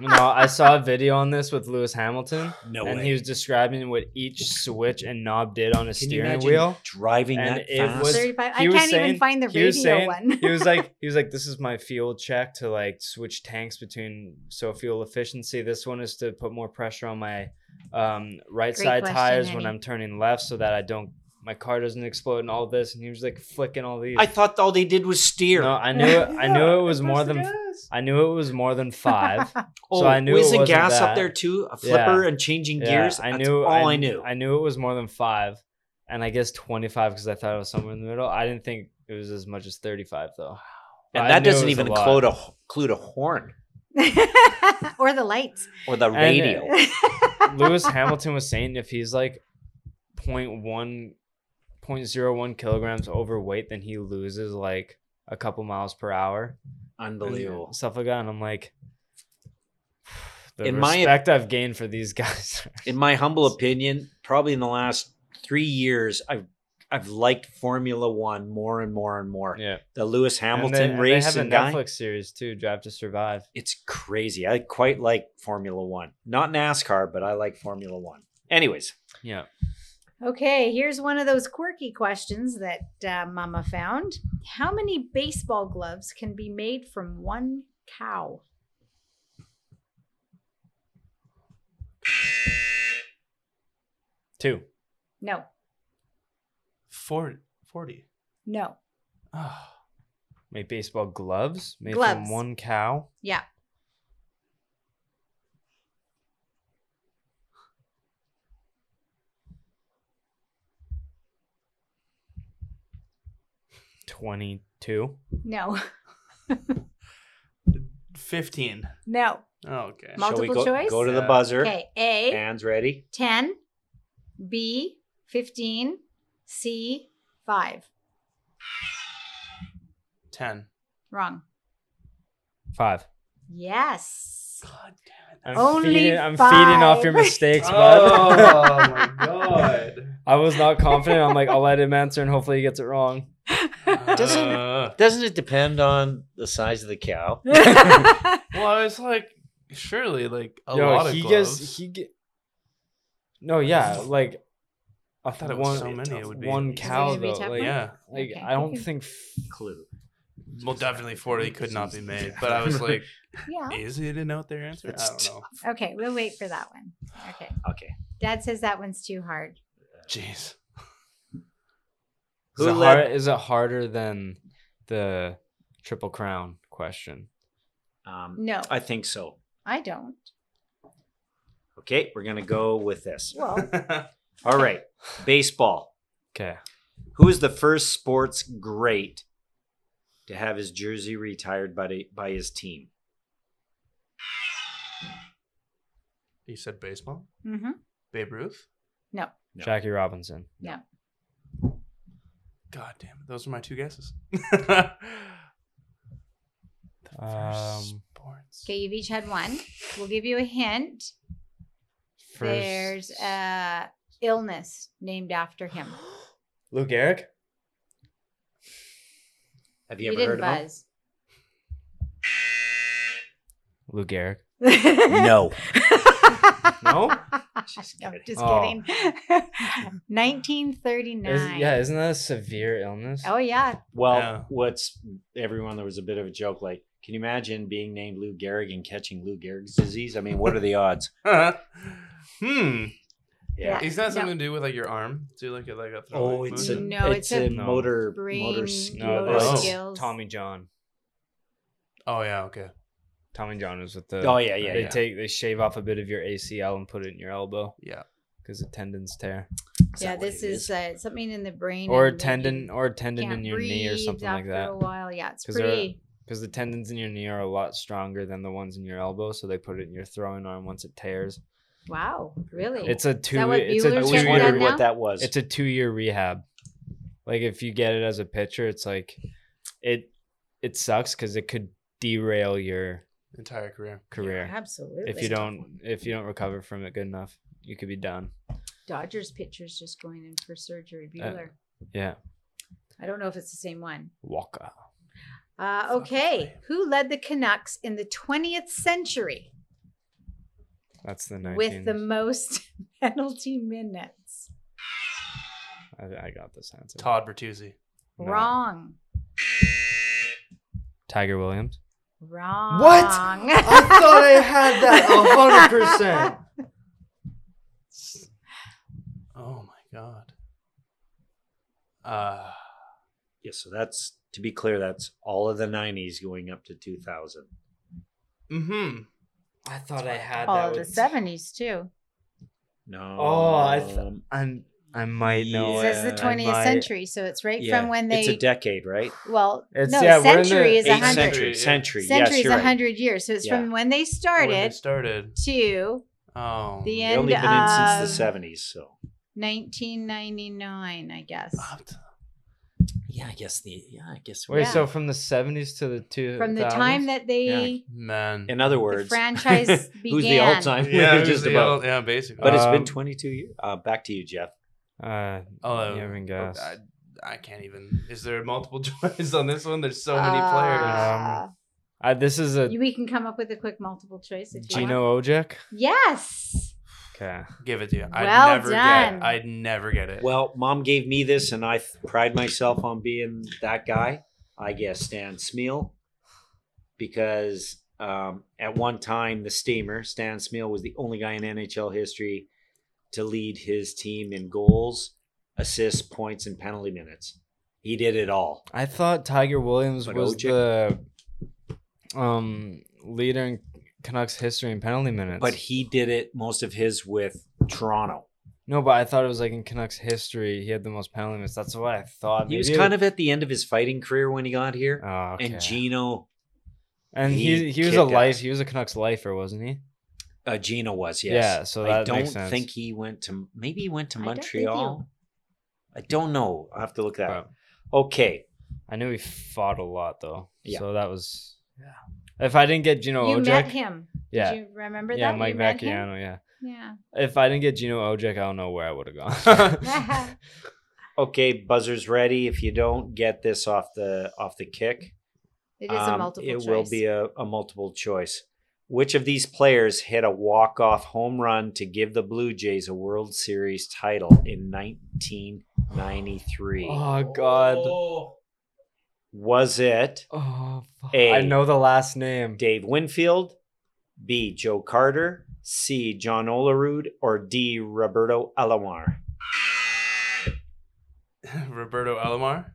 No, I saw a video on this with Lewis Hamilton,
No
and
way.
he was describing what each switch and knob did on a
Can you
steering
imagine
wheel.
driving
And
that
it
fast?
was-
Thirty-five. I
he was
can't even
saying-
find the
He
radio
was saying
one.
he was like he was like this is my fuel check to like switch tanks between so fuel efficiency. This one is to put more pressure on my um, right
Great
side
question,
tires when
Eddie.
I'm turning left so that I don't my car doesn't explode and all this. And he was like flicking all these.
I thought all they did was steer.
no, I knew it. I knew it was more than I knew it was more than five.
Oh,
So I knew it
whiz and
wasn't
gas up
that.
there too, a
Yeah.
flipper and changing
Yeah,
gears.
I
That's
knew
all I,
kn-
knew.
I knew it was more than five, and I guess twenty five because I thought it was somewhere in the middle. I didn't think it was as much as thirty five though. But
and
I
that
knew it
doesn't
was
even
a lot.
include a include a horn
or the lights.
or the
And-
radio.
Lewis Hamilton was saying if he's like 0.1, 0.01 kilograms overweight, then he loses like a couple miles per hour. and
Unbelievable.
Stuff like that. And I'm like, the
In my-
respect I've gained for these guys.
In my humble opinion, probably in the last three years, I've I've liked Formula One more and more and more.
Yeah.
The Lewis
and they,
Hamilton
and
race
They have
and
a
guy,
Netflix series too, Drive to Survive.
it's crazy. I quite like Formula One, not NASCAR, but I like Formula One. Anyways,
Yeah.
Okay, here's one of those quirky questions that uh, Mama found. How many baseball gloves can be made from one cow?
Two.
No,
Four- 40.
no.
Oh,
Made baseball gloves made
Gloves.
from one cow.
Yeah.
Twenty-two.
No,
15.
no.
Oh, okay.
Mul- Multiple
go,
choice?
Go to the
Yeah.
buzzer.
Okay, A,
Hands ready.
10, B, 15, C, 5.
10.
Wrong.
Five.
Yes.
God damn
I'm
Only
feeding, I'm feeding off your
five.
mistakes, bud.
Oh, my God.
I was not confident. I'm like, I'll let him answer, and hopefully he gets it wrong.
Doesn't-
Uh,
Doesn't it depend on the size of the cow?
well, I was like, surely, like, a
Yo,
lot of
he
gloves.
gets he get. No, yeah, like I
thought it was so many, it would be-
one
Is it
cow
gonna be
though.
tough
Like,
one?
yeah.
like
Okay.
I don't think
Clue.
Well, definitely 40 could not be made. But I was like,
yeah.
is it an out there answer? I don't know.
Okay, we'll wait for that one. Okay.
Okay.
Dad says that one's too hard.
Jeez.
is
Who
it,
led-
hard, is it harder than the triple crown question?
Um,
No,
I think so.
I don't.
Okay, we're gonna go with this.
Well,
All right, baseball.
Okay,
Who is the first sports great to have his jersey retired by by his team?
you said baseball?
hmm
Babe Ruth?
No.
Jackie Robinson.
God damn it. Those are my two guesses.
Um,
sports.
okay, you've each had one. We'll give you a hint. There's a illness named after him.
Lou Gehrig.
Have you
You,
ever
didn't
heard
buzz.
Lou Gehrig.
of him? No.
No?
Just kidding.
kidding.
just
Oh.
kidding. 1939.
Is, yeah, isn't that a severe illness?
Oh yeah.
Well,
No.
what's everyone? There was a bit of a joke. Like, can you imagine being named Lou Gehrig and catching Lou Gehrig's disease? I mean, what are the odds?
hmm.
Yeah.
Is that
No.
something to do with like your arm? Do like a like a
Oh, it's Oh. a
an.
No,
it's,
it's a
a, motor
brain
motor skill.
no,
motor
this is
skills.
Tommy John.
Oh yeah, okay.
Tommy John is with the.
Oh yeah, yeah,
they
yeah.
take they shave off a bit of your ACL and put it in your elbow
Yeah.
because the tendons tear
Is
yeah,
that what
this
it
is uh, something in the brain
or a
and that you
tendon or a tendon in
can't
your knee or
breathe
something like
after
that
A while, yeah, it's
'Cause they're-
pretty.
because the tendons in your knee are a lot stronger than the ones in your elbow so they put it in your throwing arm once it tears
Wow, really?
it's a two
what
it's
I
Bueller's
a two
always
getting
year
wondered
done now?
what that was.
it's a two year rehab like if you get it as a pitcher it's like it it sucks because it could derail your
Entire career.
career
absolutely.
if you don't if you don't recover from it good enough you could be done
Dodgers pitcher's just going in for surgery.
Uh,
Bueller.
yeah
I don't know if it's the same one.
walker
Uh,
Fuck,
okay,
man.
who led the Canucks in the 20th century
that's the 19
with the most penalty minutes?
I, I got this answer.
Todd Bertuzzi.
No.
Wrong.
Tiger Williams.
Wrong.
thought I had
that 100%.
Oh my god. Uh
yeah, so that's to be clear. That's all of the '90s going up to 2000.
Mm-hmm.
hmm
I thought I had
All of Oh, the 70s, too.
No.
Oh, I th-
um,
I'm, I might know.
Yeah.
It says the
I
20th
might-
century, so it's right
yeah,
from when they.
It's a decade, right?
well,
It's-
no,
yeah, we're in
century
the
is a
Eighth
100. Century,
century,
Yeah.
century. yes,
is a
you're right.
100 years. So it's
Yeah.
from when they
When
started
they started.
to
Oh.
The
They only been
end
in since the
of-
70s, so
1999, I guess.
Up to-
yeah, I guess the yeah, I guess.
Wait,
Yeah.
so from the 70s to the two.
From the time that they
Man.
In other
the
words,
franchise began.
who's the all-time winner?
it was
just
the
about.
old- yeah, basically.
But it's been
Um,
22 years. Uh, back to you, Jeff.
Uh,
Oh,
You haven't guessed.
I, I can't even. Is there multiple choice on this one? There's so many
Uh,
players.
Um, I, this is a
You- we can come up with a quick multiple choice if you want.
Gino Ojek.
Yes.
Okay.
Give it to you. I'd
Well
never
done.
get. I'd never get it.
Well, mom gave me this, and I th- pride myself on being that guy. I guess Stan Smeal, because um, at one time the steamer Stan Smeal was the only guy in NHL history to lead his team in goals, assists, points, and penalty minutes. He did it all.
I thought Tiger Williams
But
was
Ojek-
the um leader in Canucks history in penalty minutes.
But he did it most of his with Toronto.
no, but I thought it was like in Canucks history he had the most penalty minutes. That's what I thought.
He was
Maybe-
kind of at the end of his fighting career when he got here,
Oh, okay.
and Gino,
And he
he
he was a
kicked
life
ass.
he was a Canucks lifer, wasn't he?
uh, Gino was yes.
Yeah, so that
I don't
makes sense.
think he went to maybe he went to
I don't think
Montreal. I don't know. I will have to look that up.
But
Okay,
I knew he fought a lot though.
Yeah.
So that was yeah. If I didn't get Gino
you
Ojek,
met him.
yeah,
Did you remember
yeah,
that? You
Mike
met him?
Vacchiano, yeah.
Yeah.
If I didn't get Gino Ojek, I don't know where I would have gone.
okay. Buzzer's ready. If you don't get this off the off the kick,
It is a
um,
multiple
It
choice.
will be a, a multiple choice. Which of these players hit a walk off home run to give the Blue Jays a World Series title in 1993?
oh God.
Was it
Oh, fuck.
A.
I know the last name.
Dave Winfield, B. Joe Carter, C. John Olerud, or D. Roberto Alomar?
Roberto Alomar.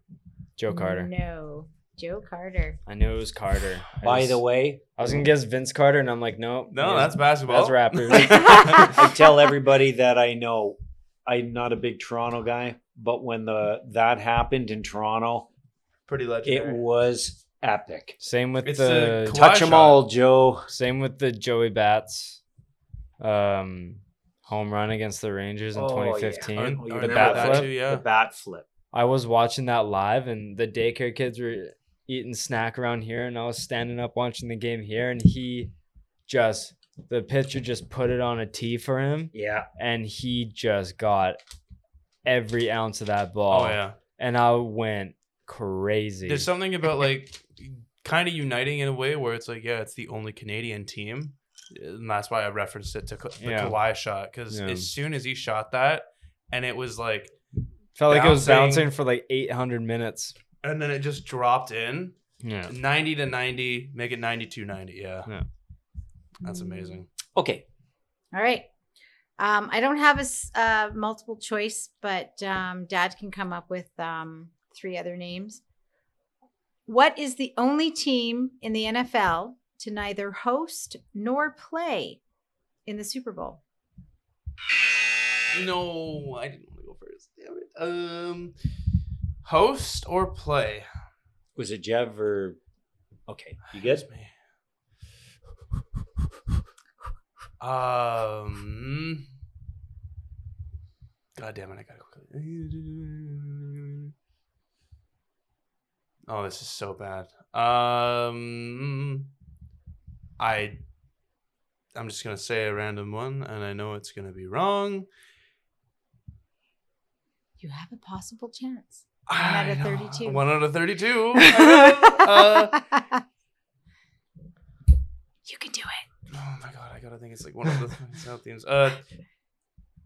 Joe Carter.
No. Joe Carter.
I knew it was Carter. I
By
was-
the way,
I was gonna guess Vince Carter, and I'm like, nope.
No,
yeah,
that's basketball.
that's rappers.
I tell everybody that I know I'm not a big Toronto guy, but when the that happened in Toronto,
Pretty
it
legendary.
was epic.
same with
It's
the
a Oh, cl-
Touch
Why
them all, Joe.
same with the Joey Bats, um, home run against the Rangers in
Oh, yeah.
2015.
I- I
The
remember
bat
that
flip?
too, yeah.
The bat flip.
I was watching that live, and the daycare kids were eating snack around here, and I was standing up watching the game here, and he just the pitcher just put it on a tee for him,
Yeah.
and he just got every ounce of that ball.
oh yeah.
and I went crazy.
There's something about like kind of uniting in a way where it's like, yeah, it's the only Canadian team, and that's why I referenced it to Ka- the
Yeah.
Kawhi shot because
Yeah.
as soon as he shot that, and it was like,
Felt like it was
bouncing.
bouncing for like 800 minutes.
and then it just dropped in
Yeah.
90 to 90, make it 92 90. Yeah,
Yeah.
that's amazing.
Okay.
All right. Um, I don't have a s- uh, multiple choice, but um, Dad can come up with um, three other names. What is the only team in the NFL to neither host nor play in the Super Bowl?
No, I didn't want to go first. Damn it. Um, host or play?
Was it Jev or okay. You good?
It's me. Um. God damn it! I gotta. go. Oh, this is so bad. Um, I, I'm just gonna say a random one, and I know it's gonna be wrong.
You have a possible chance.
One
out of 32.
One out of thirty-two. Uh,
you can do it.
Oh my god, I gotta think it's like one of the fucking South teams. Uh,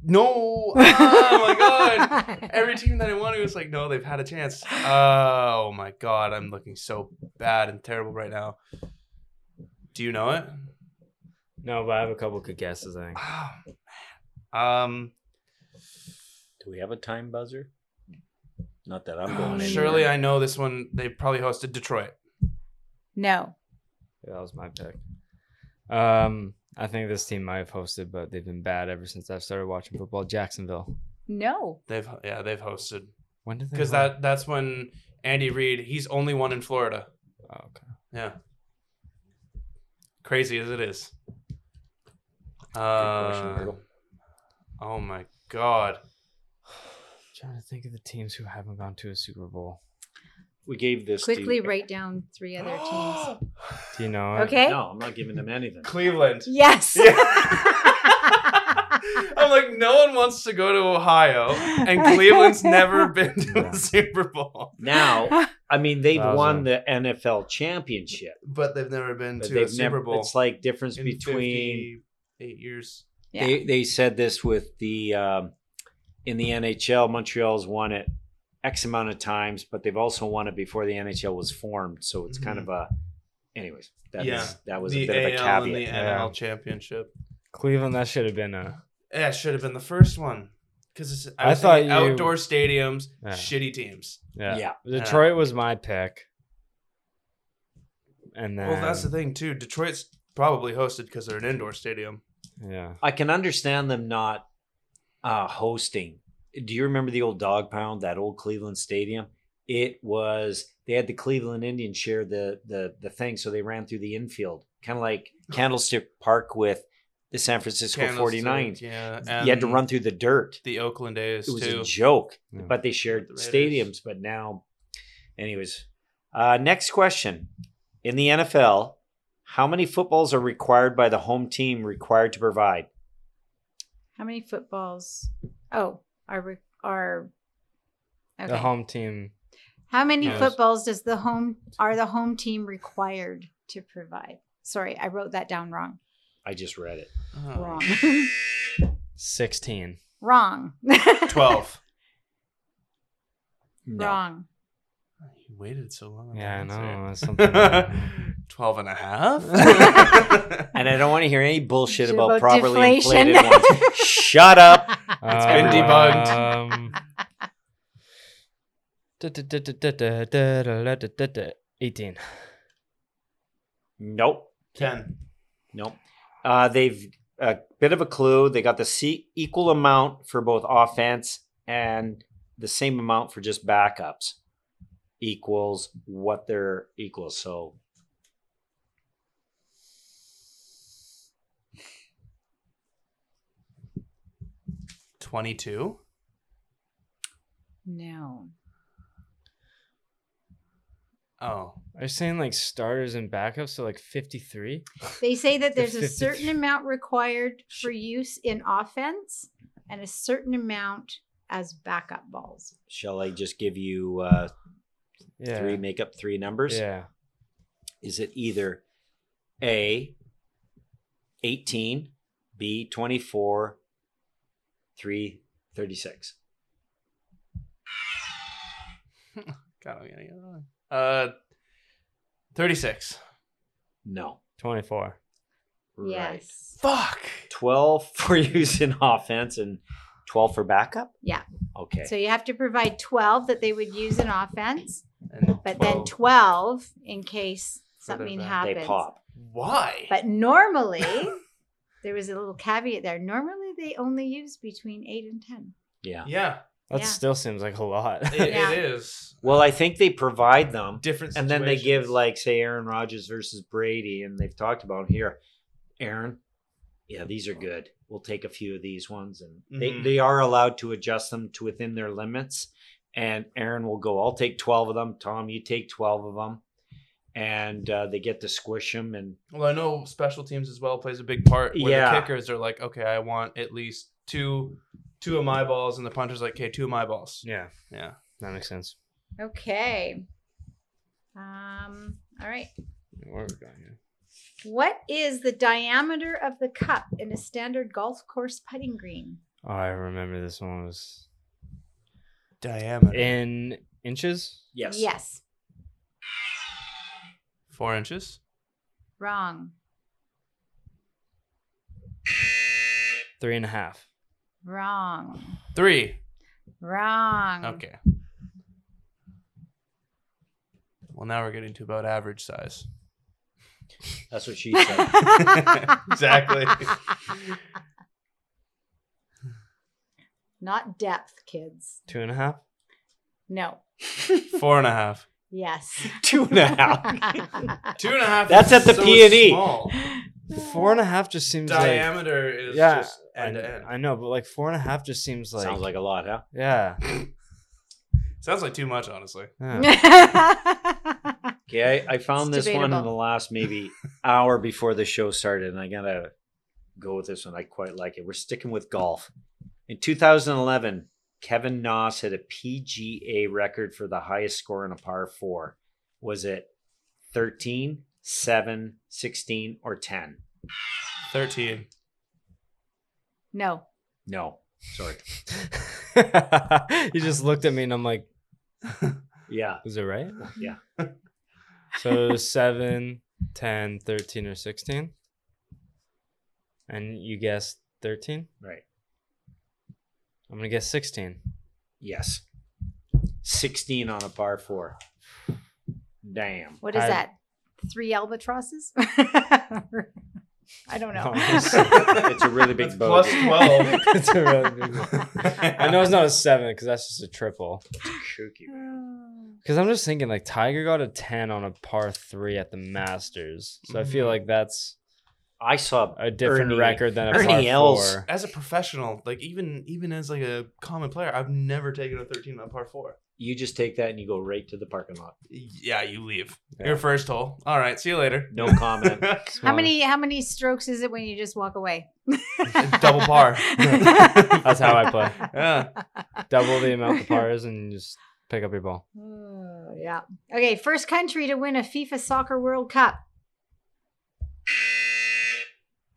no! Oh my god! Every team that I wanted was like, no, they've had a chance. Oh my god, I'm looking so bad and terrible right now. Do you know it?
No, but I have a couple good guesses, I think.
Oh, man. Um,
Do we have a time buzzer? Not that I'm
oh,
going.
surely
anywhere.
I know this one. They probably hosted Detroit.
No.
Yeah, that was my pick. Um, I think this team might have hosted, but they've been bad ever since I've started watching football. Jacksonville.
No.
They've yeah, they've hosted
When did they?
because
host-
that that's when Andy Reid. He's only one in Florida.
Oh, okay.
Yeah. Crazy as it is. Uh,
Myrtle.
oh my god.
trying to think of the teams who haven't gone to a Super Bowl.
we gave this to-
Quickly write down three other teams.
Do you know? it?
Okay.
No, I'm not giving them anything.
Cleveland.
Yes.
I'm like, no one wants to go to Ohio, and Cleveland's never been to a Super Bowl,
Now, I mean, they've
That was
won
a-
the NFL championship,
but they've never been
but
to a
they've
Super
never.
Bowl.
It's like difference
in
between
58 years.
Yeah.
They they said this with the um, in the NHL. Montreal's won it x amount of times, but they've also won it before the NHL was formed. So it's kind
Mhm.
of a. Anyways, that
Yeah.
is- that was
the
a bit of a
AL and the
caveat.
yeah.
NL championship.
Cleveland, that should have been a.
Yeah, it should have been the first one because I,
I
was
thought
thinking
you-
outdoor stadiums,
Yeah.
shitty teams.
Yeah. Uh,
Yeah.
Detroit was my pick. And then.
Well, that's the thing too. Detroit's probably hosted because they're an indoor stadium.
Yeah.
I can understand them not uh, hosting. Do you remember the old Dog Pound, that old Cleveland Stadium? It was they had the Cleveland Indians share the the the thing, so they ran through the infield, kind of like Candlestick Park with the San Francisco
Oh. Candlestick,
49ers.
Yeah,
You had to run through the dirt.
the Oakland A's
It was
too.
a joke,
Yeah.
but they shared
The Raiders.
stadiums. But now, anyways, uh, next question: In the NFL, how many footballs are required by the home team required to provide?
How many footballs? Oh, are we, are okay.
The home team.
How many
Yes.
footballs does the home are the home team required to provide? Sorry, I wrote that down wrong.
I just read it.
Oh.
Wrong.
16.
wrong.
Twelve.
Wrong.
You waited so long. on
Yeah, I
the
know.
answer.
that's something-
Twelve and a half.
And I don't want to hear any bullshit
Shit
about,
about
properly
deflation.
inflated ones. Shut up.
It's
been debugged.
Um, debugged. 18.
Nope.
Ten.
Nope. Uh, they've a bit of a clue. They got the se- equal amount for both offense and the same amount for just backups equals what they're equals. So
Twenty-two.
No.
Oh,
Are you saying like starters and backups? So like 53?
They say that
The
there's a
50
certain amount required for use in offense and a certain amount as backup balls.
shall I just give you uh,
Yeah.
three, make up three numbers?
Yeah.
Is it either A, 18, B, 24, 3, 36?
God, I'm gonna get it wrong. Uh, thirty-six.
No.
24.
Right.
Yes.
Fuck.
12 for use in offense and 12 for backup?
Yeah.
Okay.
So you have to provide 12 that they would use in offense,
And
but
12.
then 12 in case
For their
something
back-
they
happens.
pop.
Why?
But normally, there was a little caveat there. Normally, they only use between 8 and 10.
Yeah.
yeah,
That
Yeah.
still seems like a lot.
it,
Yeah.
it is
Well, I think they provide them
different.
and then they give
situations.
like say Aaron Rodgers versus Brady and they've talked about here Aaron yeah, these are good. We'll take a few of these ones and they,
Mhm.
they are allowed to adjust them to within their limits and Aaron will go, "I'll take 12 of them, Tom, you take 12 of them." And uh, they get to squish them and
Well, I know special teams as well plays a big part. Where the
Yeah.
kickers are like, okay, I want at least two, two of my balls, and the punter's like, okay, two of my balls.
yeah.
Yeah.
That makes sense.
Okay. Um, all right.
Where are we going here?
What is the diameter of the cup in a standard golf course putting green?
Oh, I remember this one was
Diameter
in inches.
yes.
Yes.
four inches.
Wrong.
Three and a half.
Wrong.
Three.
Wrong.
Okay. Well, now we're getting to about average size.
That's what she said.
Exactly.
Not depth, kids.
Two and a half.
No.
Four and a half.
Yes.
Two and a half.
half.
Two and a half.
That's
is
at the
so
P&E.
small.
Four and a half just seems like.
Diameter is
Yeah,
just end
I,
to end.
I know, but like four and a half just seems like.
Sounds like a lot, huh?
Yeah.
Sounds like too much, honestly.
yeah.
Okay, I, I found
It's
this one in
debatable.
the last maybe hour before the show started, and I gotta go with this one. I quite like it. We're sticking with golf. In 2011, Kevin Noss hit a PGA record for the highest score on a par four. Was it 13, 7, 16, or 10?
13.
No.
No, sorry.
he just looked at me and I'm like,
Yeah,
is it right?
yeah.
So 7, 10, 13, or 16. And you guessed 13?
Right.
I'm going to guess 16.
Yes. 16 on a par four. Damn.
What is
I-
that? Three albatrosses? I don't know.
No, it's-
it's a really big boat.
Plus 12.
It's a really big one. I know it's not a 7 because that's just a triple.
Kooky.
Because I'm just thinking, like, Tiger got a 10 on a par 3 at the Masters. So I feel
Mhm.
like that's
I saw
a different
Mm-hmm. Ernie-
record than a
Ernie
par
Els.
4.
As a professional, like even even as like a common player, I've never taken a 13 on par 4.
you just take that and you go right to the parking lot.
Yeah, you leave.
Yeah.
Your first hole. All right, see you later.
No comment.
How many how many strokes is it when you just walk away?
Double par.
That's how I play.
Yeah.
Double the amount the par is and you just pick up your ball.
Oh, yeah. Okay, first country to win a FIFA Soccer World Cup.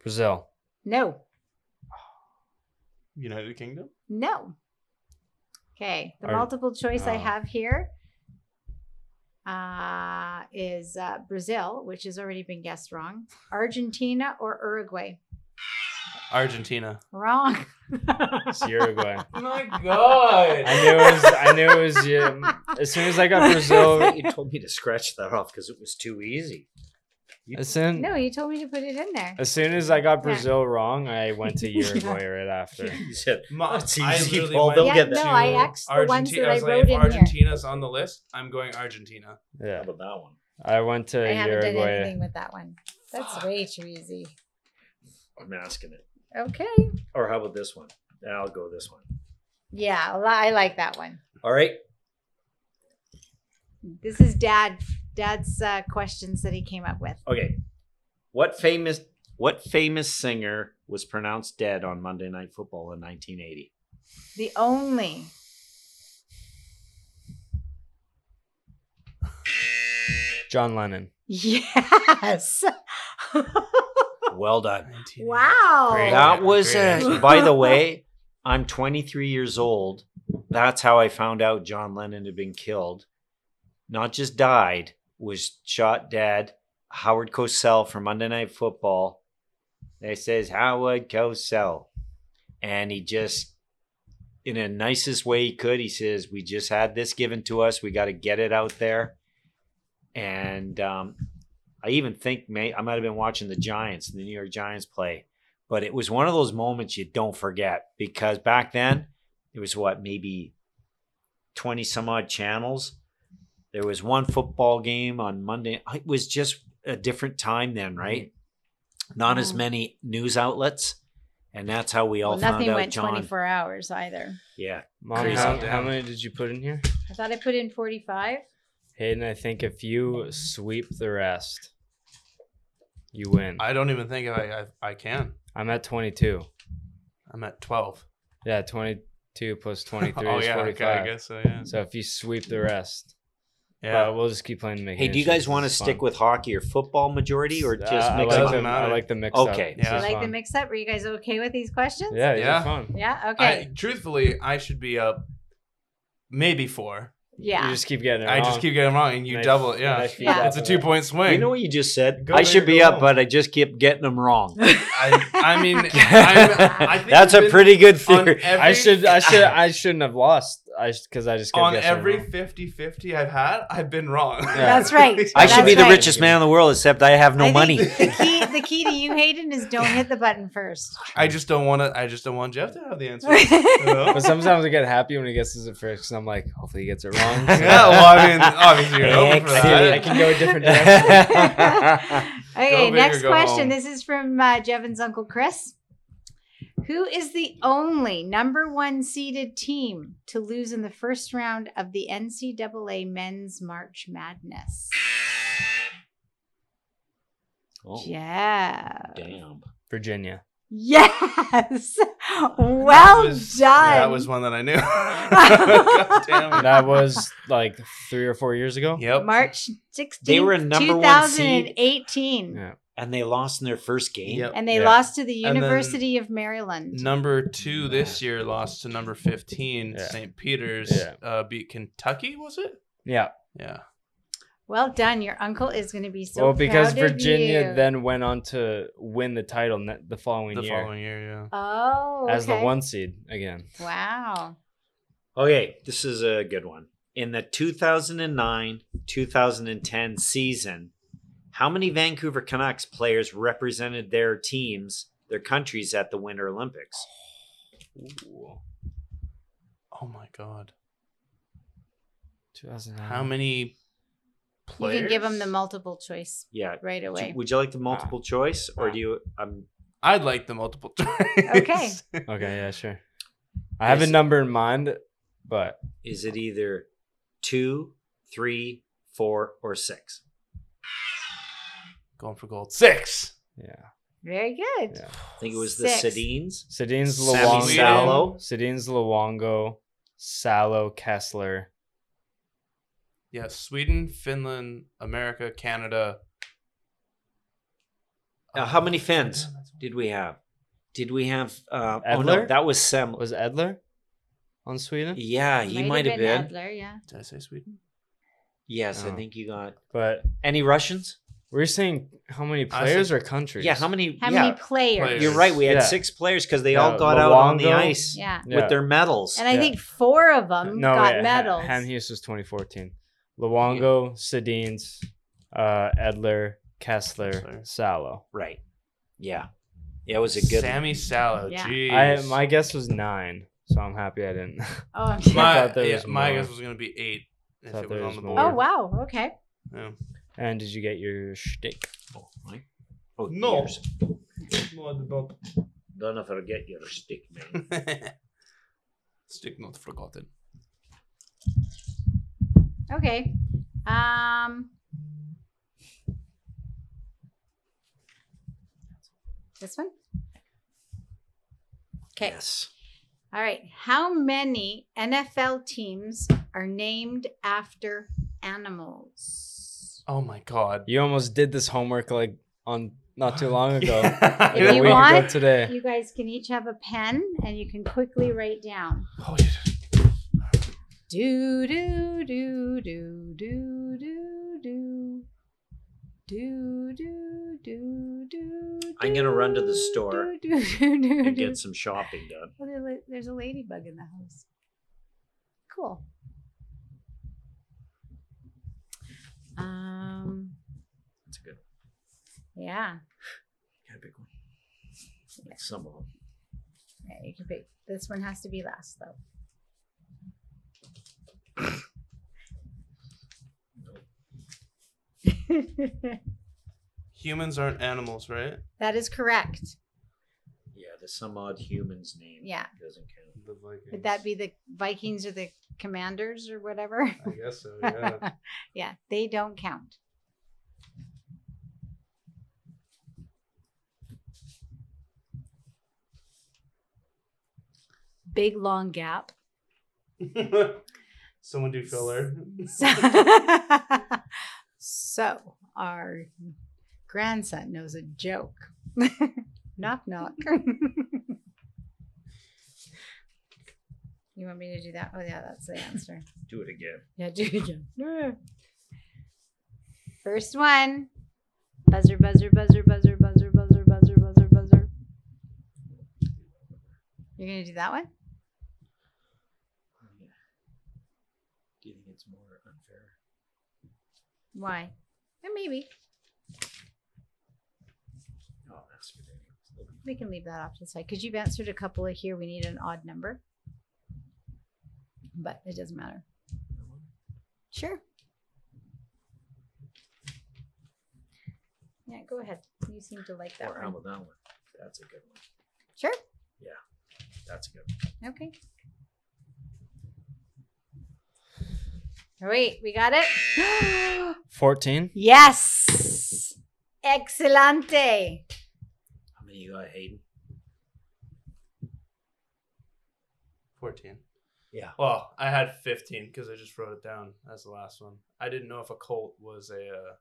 Brazil.
No.
United Kingdom?
No. Okay, the
Are-
multiple choice I
oh.
have here uh, is uh, Brazil, which has already been guessed wrong, Argentina, or Uruguay.
Argentina.
Wrong.
It's Uruguay.
Oh my god.
I knew it was. I knew it was. Yeah. As soon as I got Brazil,
you told me to scratch that off because it was too easy.
as soon,
No, you told me to put it in there.
as soon as I got Brazil wrong, I went to Uruguay right after.
You said
My,
It's
I
easy,
literally
Paul,
went
they'll
Yeah,
get
no,
that.
to
I X'd the ones
Argentina.
that I
was
wrote
like,
in
if Argentina's on the list, I'm going Argentina.
Yeah,
about that one?
I went to
I haven't done
Uruguay.
anything with that one. That's way too easy.
I'm asking it.
Okay.
Or how about this one? Nah, I'll go this one.
Yeah, I li- I like that one.
All right.
This is dad dad's uh, questions that he came up with.
Okay. What famous what famous singer was pronounced dead on Monday Night Football in 1980?
The only
John Lennon.
yes.
Well done.
wow.
Great.
That was
Great
it.
answer.
By the way, I'm 23 years old. That's how I found out John Lennon had been killed. Not just died, was shot dead. Howard Cosell from Monday Night Football. They says Howard Cosell, and he just, in the nicest way he could, he says, "We just had this given to us. We got to get it out there." And um, I even think may I might have been watching the Giants, the New York Giants play, but it was one of those moments you don't forget because back then it was what maybe 20 some odd channels there was one football game on monday uh, it was just a different time then
Mm-hmm.
right not as
Yeah.
many news outlets and that's how we all
Mm-hmm. Well,
found
nothing
out
went
john
24 hours either.
yeah
Mom,
Crazy.
how, how many did you put in here?
I thought I put in 45.
Hayden, I think if you sweep the rest, you win.
I don't even think I, I I can.
I'm at 22.
I'm at 12.
Yeah, 22 plus 23
oh
is
yeah,
45.
okay, I guess so. Yeah.
So if you sweep the rest,
yeah.
but we'll just keep playing.
hey do you guys want to stick with hockey or football majority or just mix
uh, I
it
like
up
them. I
Doesn't
like the mix.
Okay.
up. This
Yeah.
I
is
like the
fun.
mix up. Were you guys okay with these questions?
Yeah, these
Yeah.
are fun.
Yeah. Okay.
I, truthfully, I should be up maybe four.
You
yeah.
just keep getting it
I just
wrong.
keep getting it wrong, and you
Nice.
double it. Yeah,
Nice
Yeah.
it's a two point swing.
you know what you just said
Go
i
big or
should be
go
up
home.
but i just keep getting them wrong
I, I mean, I'm, I think
that's
it's
a
been
pretty good
On
theory
every,
I should. I should. I shouldn't have lost. I because I just kept
on
guessing
every
wrong.
50-50 I've had, I've been wrong.
That's right.
I should
That's
be the
right.
richest man in the world, except I have no
I think
money.
The key, the key to you, Hayden, is don't hit the button first.
I just don't want to. I just don't want Jeff to have the answer.
But sometimes I get happy when he guesses it first, and I'm like, hopefully he gets it wrong.
yeah, well, I mean, obviously you're open for
I, can, I
that.
can go a different direction.
That's
Okay,
big or
next
go
question.
home.
This is from uh, Jevon's uncle Chris. Who is the only number one seeded team to lose in the first round of the NCAA Men's March Madness? Yeah.
damn.
Oh.
Virginia.
Yes. Well
was-
done.
That was one that I knew. God damn it.
that was like three or four years ago.
Yep.
March 16th,
They were number one seed.
2018.
Yeah.
and they lost in their first game.
Yep.
And they
Yeah.
lost to the
And then-
University of Maryland.
Number two this year lost to number 15,
Yeah.
St. Peter's.
Yeah.
Uh, beat Kentucky, was it?
Yeah.
Yeah.
Well done. Your uncle is going to be so
well, because
proud of
Virginia
you.
then went on to win the title ne- the following
The
year
following year, yeah.
Oh,
as the
okay.
one seed again.
Wow.
Okay, this is a good one. In the 2009 2010 season, how many Vancouver Canucks players represented their teams, their countries at the Winter Olympics?
Oh my God.
2009.
Mm.
How many players?
You can give them the multiple choice
Yeah.
right
Do-
away.
Would you like the multiple choice or
Ah.
do you? Um,
I'd like the multiple choice.
Okay.
Okay, yeah, sure. I have a
Yes.
number in mind, but
is it either two, three, four, or six?
Going for gold. Six.
yeah,
Very good.
yeah.
I think it was
Six.
the Sedines.
Sedin's
Sammy
Luongo,
Salo.
Sedin's Luongo, Salo, Kessler.
Yeah. Sweden, Finland, America, Canada.
Now, how many Finns did we have? Did we have? Uh, oh no,
Edler?
that was Sem.
Was Edler on Sweden?
yeah, Ah, he might have been.
Adler, yeah.
Did I say Sweden?
Yes,
Oh.
I think you got
But
any Russians.
we're you saying how many
I
players
said-
or countries?
Yeah, how many?
How
yeah,
many players?
Players.
you're right. We had
Yeah.
six players because they
Yeah,
all got out on the
Luongo.
ice
Yeah.
with their medals.
And I
Yeah.
think four of them Um, got
wait, Han-
medals.
Han Hughes was 2014. Luongo, Sedin's, uh, Edler, Kessler,
Kessler.
Salo.
right. Yeah. Yeah, it was a good.
Sammy Salo.
Yeah.
Jeez.
I my guess was nine, so I'm happy I didn't.
oh,
My-
thought there
yeah,
was
my
more.
guess was going to be eight if
Thought
it was
there
on
was
the
more.
board.
oh, wow. Okay.
Yeah.
and did you get your shtick?
Oh, right. Oh,
No.
yours. Don't forget your stick, man.
Stick not forgotten.
Okay. Um, this one? Okay.
Yes.
All right. How many NFL teams are named after animals?
Oh my god.
You almost did this homework like on not too long ago.
If
Like a
you
week ago
want-
today.
You guys can each have a pen and you can quickly write down.
Oh, shit.
Do, do, do, do, do, do, do. Do, do, do, do.
I'm gonna run to the
do,
store
do, do, do,
And
do.
get some shopping done.
Oh, there li- there's a ladybug in the house. Cool. Um,
That's a good one.
yeah.
Got a big one. Like some of them.
yeah you can pick. This one has to be last, though.
Humans aren't animals, right?
that is correct.
Yeah, the some odd human's name.
Yeah.
Doesn't count.
The Vikings.
Would that be the Vikings or the Commanders or whatever?
I guess so,
yeah. they don't count. Big long gap.
yeah. Someone do filler.
So, so our grandson knows a joke. knock knock. you want me to do that? Oh yeah, that's the answer.
Do it again.
Yeah, do it again. First one. Buzzer, buzzer, buzzer, buzzer, buzzer, buzzer, buzzer, buzzer, buzzer. You're gonna do that one?
Do you think it's more unfair?
Why? Yeah, maybe.
Oh, that's ridiculous.
We can leave that off to the side because you've answered a couple of here. We need an odd number, but it doesn't matter. Sure. Yeah, go ahead. You seem to like that
Or how
one.
about that one? That's a good one.
Sure.
That's a good
Okay. All right, we got it.
14?
yes. Excelente.
one. How many you got, Hayden?
14.
Yeah.
Well, I had 15 because I just wrote it down as the last one. I didn't know if a colt was a. Uh,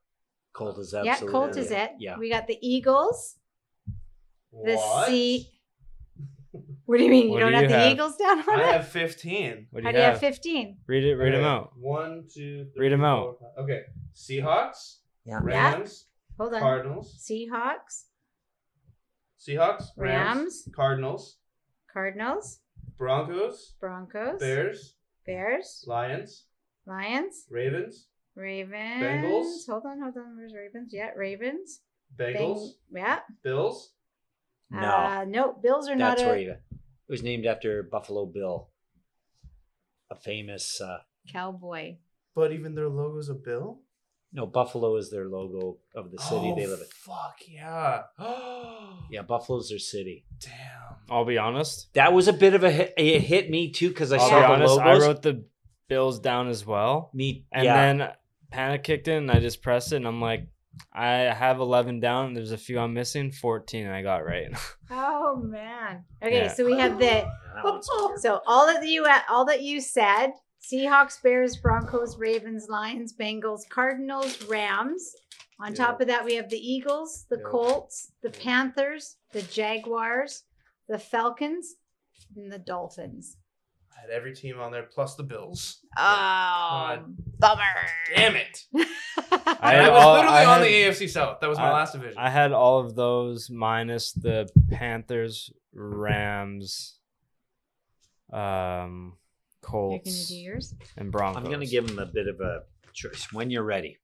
Colt is
yeah,
absolutely.
Colt is it.
Yeah.
We got the Eagles, the
what?
C. What do you mean? You
What
don't
do
have
you
the
have?
Eagles down on
I
it?
have 15.
What do
How
you
do you have
have?
15?
Read it. Read them
Okay.
out.
One, two,
Read 'em
four,
out.
five. Okay. Seahawks,
Yeah.
Rams,
Hold on.
Cardinals.
Seahawks,
Seahawks, Rams,
Rams,
Cardinals,
Cardinals,
Broncos,
Broncos,
Bears,
Bears,
Lions,
Lions,
Ravens,
Ravens. Hold on, hold on. Where's Ravens? Yeah, Ravens. Bang-
Bengals,
yeah.
Bills.
No,
Uh, no, Bills are
that's
not a.
where you. It was named after Buffalo Bill, a famous. Uh,
Cowboy.
But even their logo's a bill?
no, Buffalo is their logo of the city they live in.
Oh, Fuck yeah. Oh,
Yeah, Buffalo's their city.
Damn.
I'll be honest.
That was a bit of a hit, it hit me too because I
I'll be
saw the
honest. I
logos.
wrote the bills down as well,
me,
and
yeah,
then panic kicked in. and I just pressed it, and I'm like, I have 11 down. There's a few I'm missing. 14 I got right.
Oh man. Okay,
Yeah.
so we have the
that one's weird.
so all that you uh, all that you said: Seahawks, Bears, Broncos, Ravens, Lions, Bengals, Cardinals, Rams. On top of that, we have the Eagles, the
Yeah.
Colts, the Panthers, the Jaguars, the Falcons, and the Dolphins.
I had every team on there plus the Bills.
Oh,
God.
bummer.
Damn it.
I
I,
had
was
all-
literally
I
on
had-
the AFC South. That was my
I-
last division.
I had all of those minus the Panthers, Rams, um,
You're gonna
Colts,
do yours?
and Broncos.
I'm gonna give him a bit of a choice when you're ready.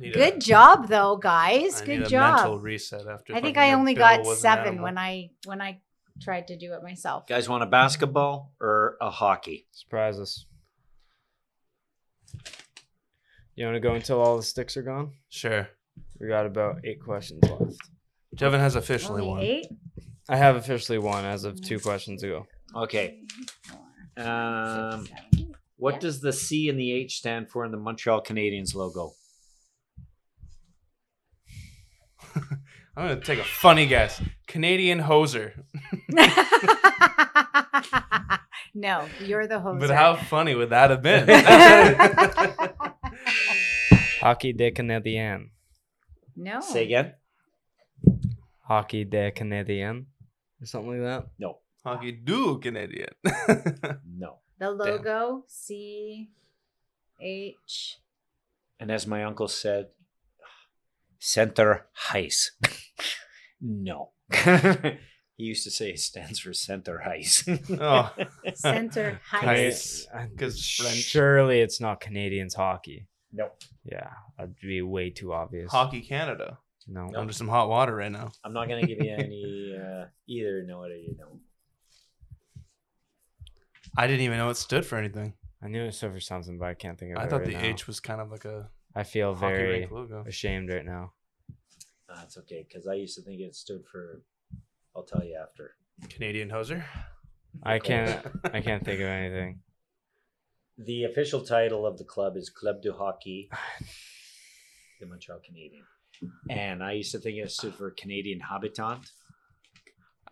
Need a-
Good job, though, guys.
I need
Good
a
job.
Mental reset after
I think
thinking
I
that
only
Bill
got
was an
seven
animal.
when I when I tried to do it myself.
Guys, want a basketball or a hockey?
surprise us. You want to go until all the sticks are gone?
Sure.
We got about eight questions left.
Jevin has officially
Only
won.
eight.
I have officially won as of two questions ago.
Okay.
Four, five,
Um,
six, seven, eight.
what
Yeah.
does the C and the H stand for in the Montreal Canadiens logo?
I'm gonna take a funny guess. Canadian hoser.
no, you're the host.
But how funny would that have been?
Hockey de Canadien.
no.
Say again?
Hockey de Canadien. Or something like that.
No,
Hockey do Canadian.
no.
The logo C H.
And as my uncle said, center heis. no. he used to say it stands for center heis.
oh,
Center Heist.
Nice.
I-
'Cause French.
surely it's not Canadians hockey.
no,
Yeah, that'd be way too obvious.
Hockey Canada.
No.
I'm just some hot water right now.
I'm not going to give you any uh, either know it or you don't.
I didn't even know it stood for anything.
I knew it stood for something, but I can't think of
I
it.
thought
right
the
now.
H was kind of like a
I feel
hockey
very
rink logo.
ashamed right now.
That's okay because I used to think it stood for, I'll tell you after.
Canadian hoser.
I can't. I can't think of anything.
The official title of the club is Club du Hockey, the Montreal Canadian. And I used to think it stood for Canadian Habitant.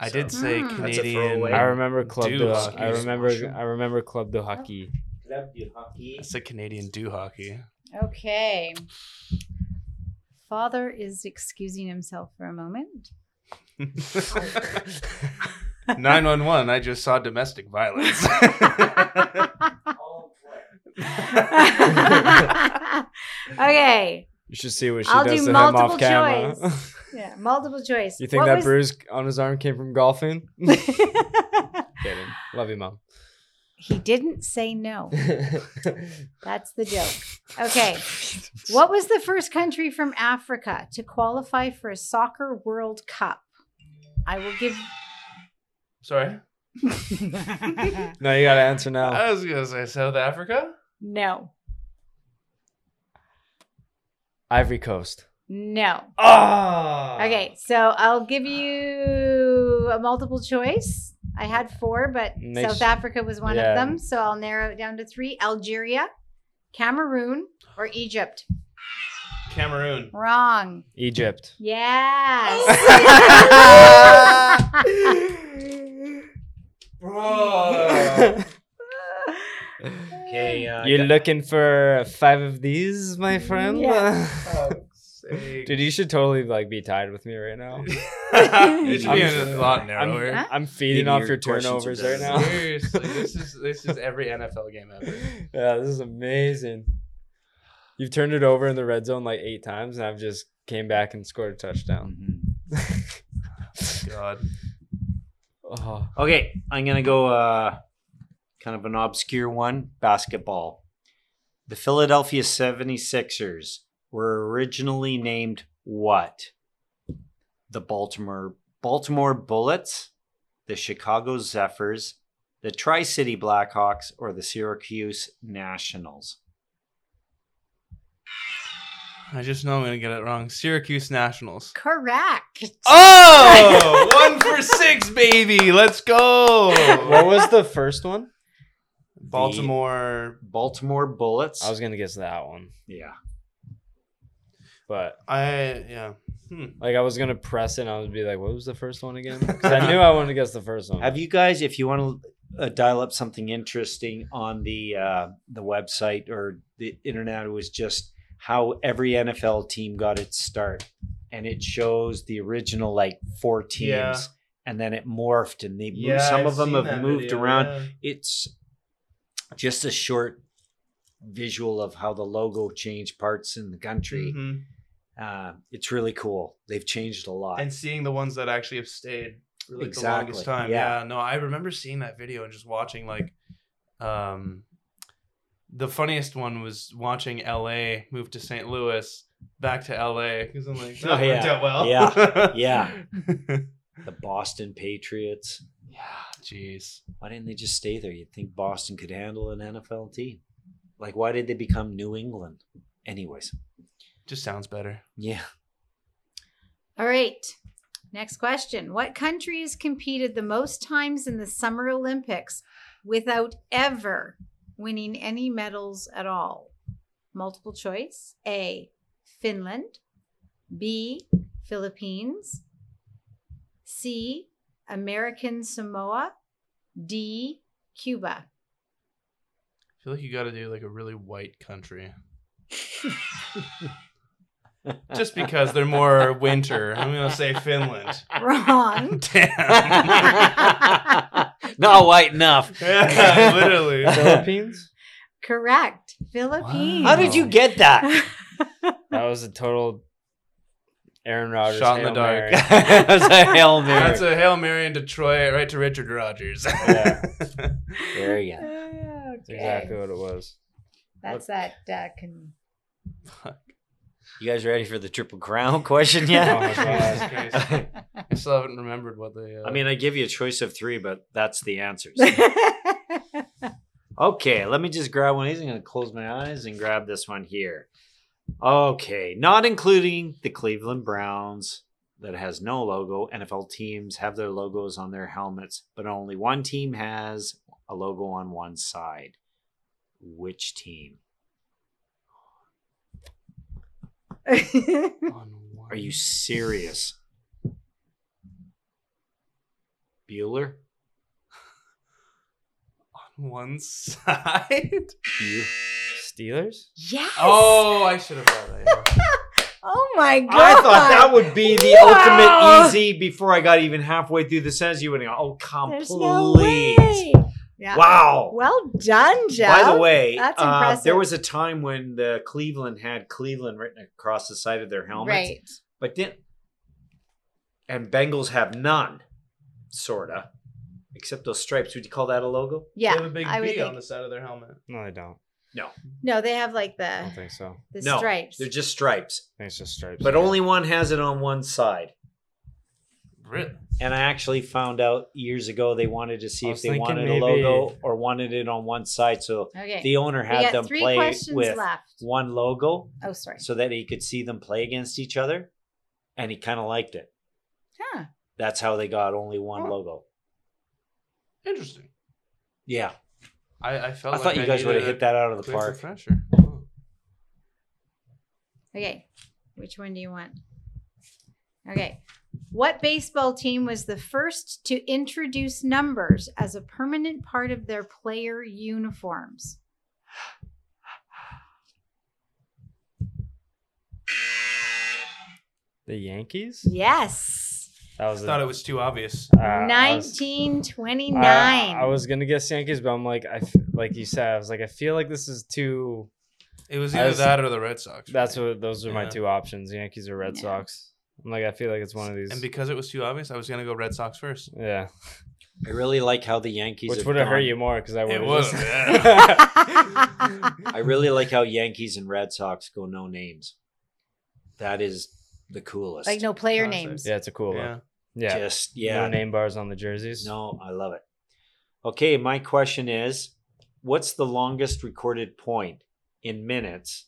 I did say
Mm. That's a
Canadian.
throwaway.
I remember Club
Do
de.
hockey
I
is
remember.
awesome.
I remember Club de Hockey.
Club du Hockey.
I said Canadian do hockey.
Okay. Father is excusing himself for a moment.
911. I just saw domestic violence.
okay.
You should see what she
I'll
does
do
to him off
multiple
camera.
choice. Yeah, multiple choice.
you think
What
that
was-
bruise on his arm came from golfing? Kidding. Love you, mom.
he didn't say no. That's the joke. Okay. What was the first country from Africa to qualify for a soccer World Cup? I will give.
Sorry.
no, you gotta answer now.
I was gonna say South Africa.
no,
Ivory Coast.
no.
Ah.
Okay, so I'll give you a multiple choice. I had four, but
Make
South
sure-
Africa was one
yeah.
of them. So I'll narrow it down to three Algeria, Cameroon, or Egypt.
Cameroon.
Wrong.
Egypt.
Yes.
Bro, Uh,
I
You're
got-
looking for five of these, my friend.
Yeah.
Dude, you should totally like be tied with me right now.
it should be a
I'm-
lot
I'm,
narrower.
Huh?
I'm feeding
Maybe
off
your
your
questions are
turnovers right
better.
now.
Seriously, this is this is every NFL game ever.
yeah, this is amazing. You've turned it over in the red zone like eight times, and I've just came back and scored a touchdown.
Mhm.
God,
oh,
Okay, I'm gonna go uh, kind of an obscure one. Basketball. The Philadelphia 76ers were originally named what? The Baltimore Baltimore Bullets, the Chicago Zephyrs, the Tri City Blackhawks, or the Syracuse Nationals.
I just know I'm gonna get it wrong. Syracuse Nationals.
Correct.
Oh, one for six, baby. Let's
what
go.
was the first one?
Baltimore.
Baltimore Bullets.
I was gonna guess that one,
yeah.
but
I yeah. Hmm.
like I was gonna press it, and I would be like, "What was the first one again?" 'Cause I knew I wanted to guess the first one.
Have you guys, if you want to uh, dial up something interesting on the uh, the website or the internet, it was just how every NFL team got its start, and it shows the original like four teams,
Yeah.
and then it morphed, and they moved, some of them have moved around. It's just a short visual of how the logo changed parts in the country.
Mhm.
Uh, it's really cool. They've changed a lot.
And seeing the ones that actually have stayed for like the
Exactly,
longest time.
yeah.
Yeah. No, I remember seeing that video and just watching like um the funniest one was watching LA move to St. Louis back to LA because I'm like, that
Oh,
worked
yeah.
out well.
Yeah. Yeah.
yeah.
the Boston Patriots.
Yeah. Jeez.
why didn't they just stay there? You'd think Boston could handle an NFL team. Like, why did they become New England? Anyways,
Just sounds better.
yeah.
All right. Next question. What countries competed the most times in the Summer Olympics without ever winning any medals at all? Multiple choice A, Finland, B, Philippines, C, American Samoa, D, Cuba.
I feel like you got to do like a really white country. Just because they're more winter, I'm gonna say Finland.
Wrong.
Damn.
Not white enough.
yeah, literally.
Philippines?
Correct. Philippines.
How did you get that?
That was a total Aaron Rodgers
Shot in the
Hail
dark.
Mary.
That's a hail mary.
That's a hail mary in Detroit, right to Richard Rogers.
Yeah.
there you go.
Ah,
That's
okay.
exactly what it was.
That's that uh, con-
You guys ready for the triple crown question
Oh,
yet?
my God.
I still haven't remembered what they. Uh,
Oh, I mean, I give you a choice of three, but that's the answers. Okay, let me just grab one. He's going to close my eyes and grab this one here. Okay, not including the Cleveland Browns that has no logo. NFL teams have their logos on their helmets, but only one team has a logo on one side. Which team?
on one-
Are you serious? Bueller?
on one side?
You?
Steelers?
yes.
Oh, I should have brought that.
Oh my god.
I thought that would be the
Wow.
ultimate easy before I got even halfway through the sentence. You would have gone, oh, come,
There's no
please.
way. Yeah.
Wow.
Well done, Jeff.
By the way,
That's
uh,
impressive.
there was a time when the Cleveland had Cleveland written across the side of their helmets,
right.
but didn't. And Bengals have none, sorta, except those stripes. Would you call that a logo?
Yeah.
they have a big
I would
B on
think-
the side of their helmet.
No, they don't.
No, they have like
I don't
the
think so.
the
No,
stripes.
They're just stripes,
I think it's just stripes.
but only one has it on one side.
Really?
And I actually found out years ago they wanted to see
I
if
was
they
thinking
wanted a
maybe-
logo or wanted it on one side. So
okay.
the owner
we
had
got
them
three
play
questions
with
left.
one logo
Oh, sorry.
so that he could see them play against each other, and he kind of liked it.
Huh.
That's how they got only one
Oh.
logo.
Interesting.
Yeah,
I, I felt.
I
like
thought you guys would have
needed
hit that out of
a
the
clear
park.
refresher.
Okay. Which one do you want? Okay. What baseball team was the first to introduce numbers as a permanent part of their player uniforms?
The Yankees?
Yes.
That
I
was
thought it was too obvious.
uh, I was-
1929.
I, I was gonna guess Yankees, but I'm like, I f- like you said, I was like, I feel like this is too.
It was
I
either
was-
that or the Red Sox.
That's
right?
what those are my
Yeah.
two options: Yankees or Red
Yeah.
Sox. I'm like, I feel like it's one of these.
And because it was too obvious, I was gonna go Red Sox first.
yeah,
I really like how the Yankees.
which would have hurt
gone-
you more because I would.
would've.
I really like how Yankees and Red Sox go no names. That is the coolest.
like no player
Honestly.
names.
yeah, it's a cool
Yeah.
look. Yeah,
Just yeah.
no name bars on the jerseys.
No, I love it. Okay, my question is what's the longest recorded point in minutes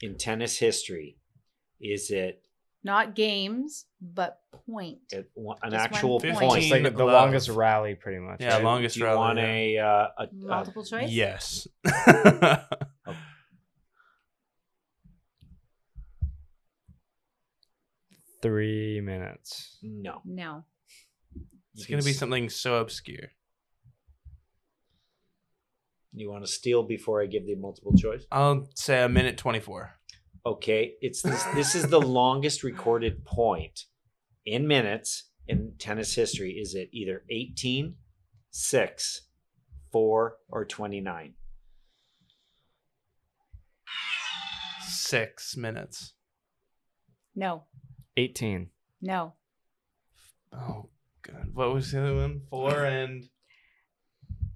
in tennis history? Is it
Not games, but point.
at one- an
Just one
actual
point.
point?
It's like the
15
longest
love.
rally, pretty much.
Yeah,
right?
longest
Do you
rally,
want
yeah.
a, uh, a, a
Multiple choice?
Yes.
three minutes.
no?
No.
it's
You
gonna
can
be
s-
something so obscure.
You want to steal before I give the multiple choice?
I'll say a minute twenty-four.
Okay, it's this, this is the longest recorded point in minutes in tennis history. Is it either 18, 6, 4, or 29?
Six minutes.
No.
Eighteen.
No.
Oh god. What was the other one? Four and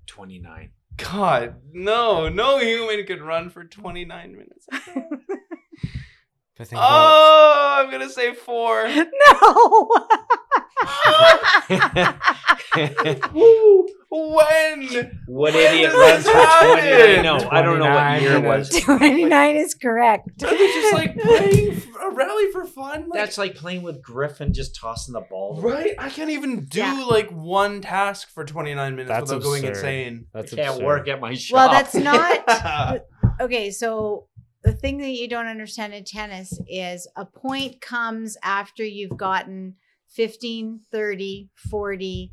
29.
God, no, no human could run for twenty-nine minutes.
But think about-
Oh, I'm gonna say four.
No.
Woo! when?
What
When
idiot
does
runs for
this happen?
29? No, I don't know what
29
year it
minutes.
was.
29 is correct.
Are they just like playing f- a rally for fun? Like,
That's like playing with Griffin, just tossing the ball.
right. I can't even do
Yeah.
like one task for 29 minutes
That's
without going
absurd.
insane.
That's
I can't
absurd.
work at my shop.
Well, that's not.
Yeah.
Okay, so the thing that you don't understand in tennis is a point comes after you've gotten 15, 30, 40,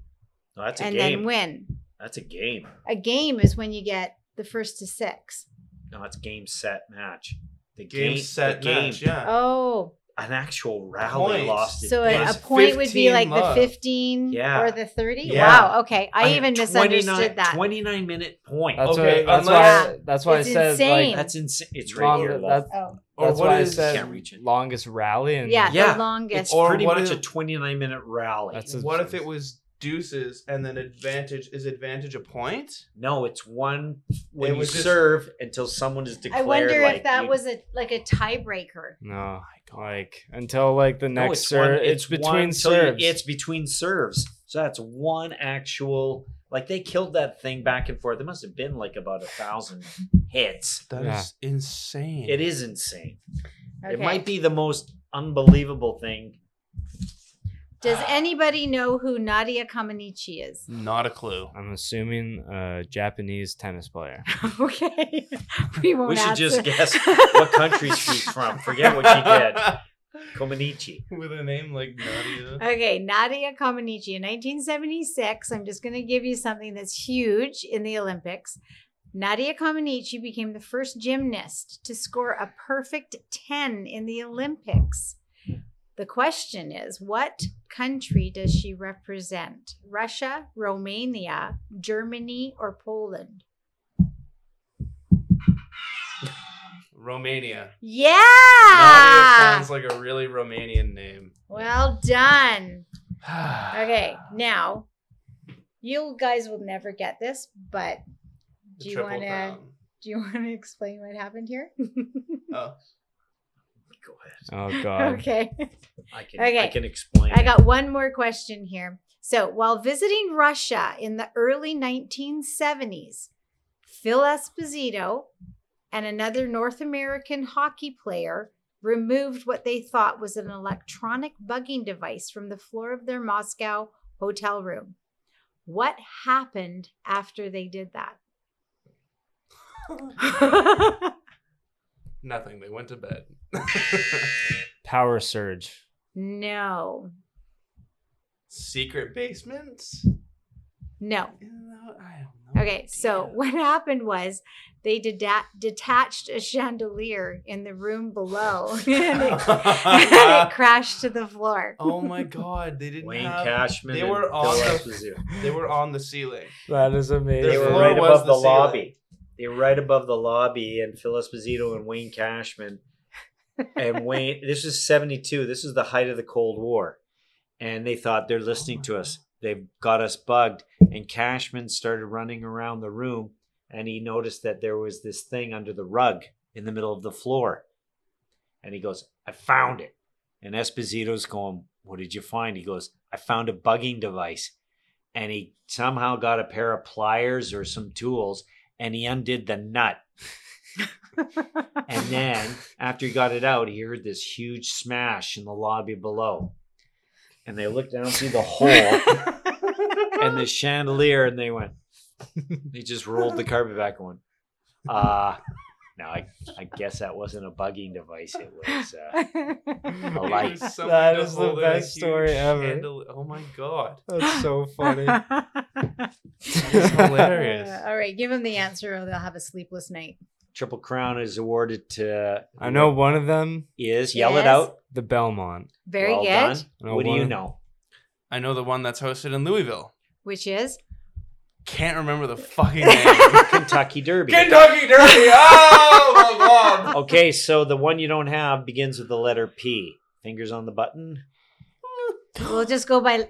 No, that's a
and
game.
then win.
That's a game.
A game is when you get the first to six.
No, it's game, set, match. The
game,
game,
set
the game.
match. Yeah.
Oh,
An actual rally
Points.
lost. it
so a, a
is.
was
point would be
15
like the
love.
15
Yeah.
or the 30?
Yeah.
Wow, okay. I, even
29
misunderstood that.
29 minute point.
That's
Okay,
why. That's
unless-
why. That's why
It's
I said
insane.
like.
that's insane. It's right
long-
here. love.
that's,
Oh,
Or
that's
what
why I
is-
said
Can't reach it.
longest rally and
yeah,
Yeah.
the longest.
it's
or
pretty
what
much
is-
a 29 minute rally.
That's a-
What if it was deuces and then advantage? Is advantage a point?
no, it's one when
It
you
was just-
serve until someone is
I
declared.
wonder
like,
if that
you-
was a like a tiebreaker.
Oh
No, like until like the
No,
next
it's
serve.
one-
It's,
one
between
till you-
serves.
it's between serves. So that's one actual. Like they killed that thing back and forth. It must have been like about a thousand hits.
That is
Yeah.
insane.
It is insane. It
Okay.
might be the most unbelievable thing.
Does anybody know who Nadia Comaneci is?
not a clue.
I'm assuming a Japanese tennis player.
okay, we won't.
We should
ask
just
it.
guess what country she's from. Forget what she did. Komenichi.
With a name like Nadia.
Okay, Nadia Comaneci in 1976. I'm just going to give you something that's huge in the Olympics. Nadia Comaneci became the first gymnast to score a perfect 10 in the Olympics. The question is, what country does she represent? Russia, Romania, Germany, or Poland?
Romania.
Yeah!
Nadia
Ah!
sounds like a really Romanian name.
well done. Okay, now you guys will never get this, but
The
do you
Triple
want to
Crown.
do you want to explain what happened here?
Oh,
Go ahead.
Oh god.
okay.
I can, I
Okay.
can explain.
I
it.
got one more question here. So, while visiting Russia in the early 1970s, Phil Esposito and another North American hockey player removed what they thought was an electronic bugging device from the floor of their Moscow hotel room. What happened after they did that?
nothing. They went to bed.
Power surge.
no.
Secret basements. I
No.
don't know.
Okay, so what happened was they deda- detached a chandelier in the room below and it, and it crashed to the floor.
oh my god, they didn't
Wayne
have.
Cashman.
they
and
were
Bill
on the-
Esposito.
They were on the ceiling.
That is amazing.
They
The
were
floor
right
was
above
the
the,
ceiling.
lobby. They were right above the lobby, and Phil Esposito and Wayne Cashman. And Wayne, this is 72. This is the height of the Cold War. And they thought
Oh
they're listening to us. They've got us bugged. And Cashman started running around the room, and he noticed that there was this thing under the rug in the middle of the floor. And he goes, I found it. And Esposito's going, What did you find? He goes, I found a bugging device and he somehow got a pair of pliers or some tools and he undid the nut. and then after he got it out, he heard this huge smash in the lobby below. And they looked down through the hole and the chandelier and they went, they just rolled the carpet back and went, uh, no, I, I guess that wasn't a bugging device. It was, uh,
It was
light.
something
That
to
is the
hold in a
best
huge
story ever.
chandel- oh my god.
That's so funny.
It's hilarious.
Uh, all right, give them the answer or they'll have a sleepless night.
Triple Crown is awarded to,
I know one of them,
is, yell
Yes.
it out.
the Belmont.
Very
Well
good.
done.
I know
What do you
one-
know?
I know the one that's hosted in Louisville.
Which is?
Can't remember the fucking name.
Kentucky Derby.
Kentucky Derby. Oh my god.
okay, so the one you don't have begins with the letter P. Fingers on the button.
We'll just go by.
The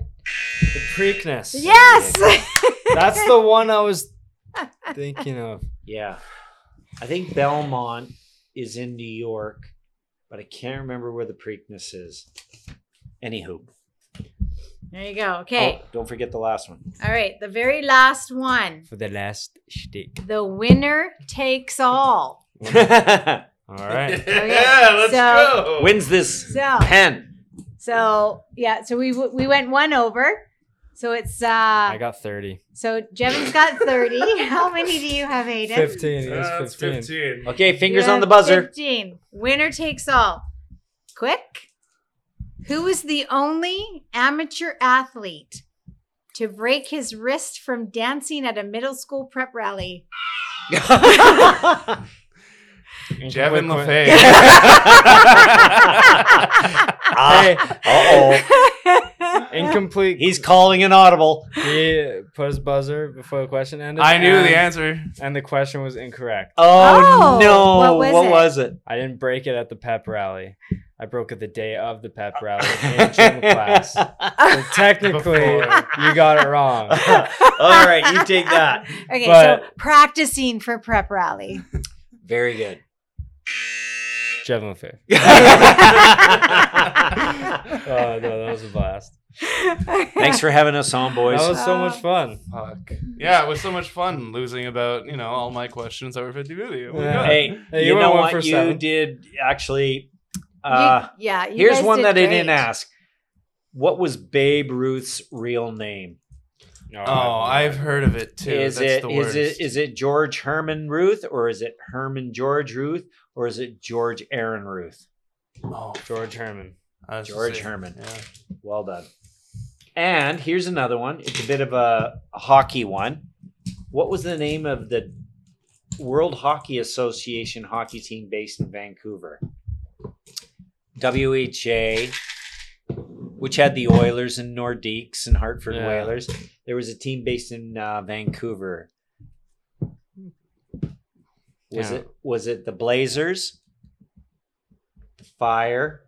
Preakness.
Yes!
That's the one I was thinking of.
Yeah. I think Belmont is in New York, but I can't remember where the Preakness is. Anywho.
there you go. Okay.
Oh, don't forget the last one.
Oh.
All right, the very last one.
For the last shtick.
The winner takes all.
All right.
Yeah, let's
so-
go.
Wins this
So.
pen.
So yeah, so we w- we went one over. So it's uh
I got 30.
so Jevin's got 30. How many do you have, Aiden?
15. It
Uh,
is
it's
15.
15.
Okay,
You
fingers on
have
the buzzer.
15. Winner takes all. Quick. Who was the only amateur athlete to break his wrist from dancing at a middle school prep rally?
Jevin
Quick, quick.
LaFay.
Ah, uh-oh.
Incomplete.
He's calling an audible.
He put his buzzer before the question ended.
I knew
and-
the answer.
And the question was incorrect.
Oh,
Oh,
no.
what was it?
I didn't break it at the pep rally. I broke it the day of the pep rally in gym class. So technically,
Uh, Before.
you got it wrong.
All right, you take that.
Okay, so
But-
practicing for prep rally.
Very good.
Jevin LaFay.
Thanks
Oh, no, that was a blast.
for having us on, boys.
That was so
Uh,
much fun.
Fuck. Yeah, it was so much fun losing about, you know, all my questions that were 50 50.
Yeah.
hey,
Hey,
you,
you went
know
one
what?
for
You
seven.
did actually.
You-
Uh,
yeah, you
here's
guys
one
did
that I
great.
didn't ask. What was Babe Ruth's real name?
No,
Oh, I've heard of it too.
is
That's
it
the
is
worst.
it is it George Herman Ruth or is it Herman George Ruth or is it George Aaron Ruth?
oh,
George Herman.
I was gonna
George
say-
Herman.
Yeah.
Well done. And here's another one. It's a bit of a hockey one. What was the name of the World Hockey Association hockey team based in Vancouver? WHA, which had the Oilers and Nordiques and Hartford
Yeah.
Whalers. There was a team based in uh, Vancouver. Was
Yeah.
it was it the Blazers, the Fire,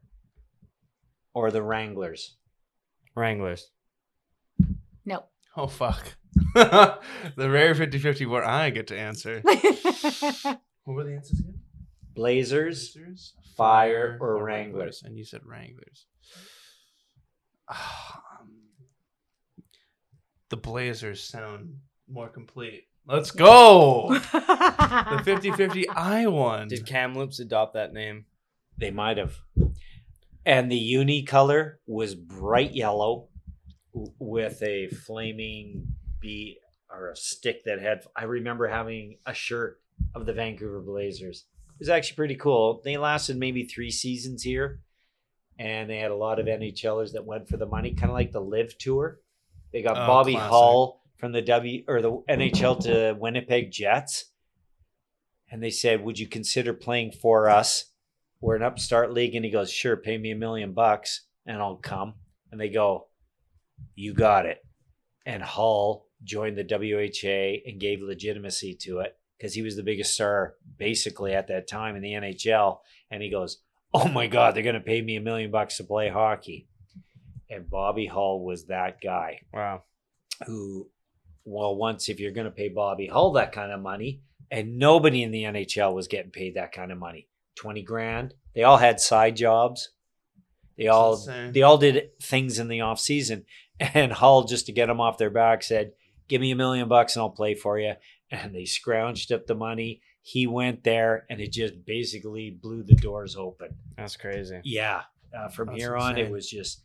or the Wranglers?
Wranglers.
No.
Oh, fuck. the rare 50 50 where I get to answer. What were the answers again?
Blazers.
Blazers,
Fire, or Wranglers?
And you said Wranglers. Ah, um, the Blazers sound more complete. Let's go. The 50 50 I won.
Did Kamloops adopt that name?
They might have. And the uni color was bright yellow w- with a flaming beat or a stick that had. I remember having a shirt of the Vancouver Blazers. It was actually pretty cool. They lasted maybe three seasons here, and they had a lot of NHLers that went for the money, kind of like the Live Tour. They got
Oh,
Bobby
classic.
Hull, from the W or the NHL to Winnipeg Jets. And they said, Would you consider playing for us? We're an upstart league. And he goes, Sure, pay me a million bucks and I'll come. And they go, You got it. And Hall joined the WHA and gave legitimacy to it because he was the biggest star basically at that time in the NHL. And he goes, Oh my God, they're going to pay me a million bucks to play hockey. And Bobby Hall was that guy
Wow.
who, well, once if you're going to pay Bobby Hull that kind of money, and nobody in the NHL was getting paid that kind of money, twenty grand. They all had side jobs. They all
insane.
they all did things in the off season, and Hull just to get them off their back said, "Give me a million bucks and I'll play for you." And they scrounged up the money. He went there, and it just basically blew the doors open.
That's crazy.
Yeah. Uh, from
That's
here on, it
insane.
was just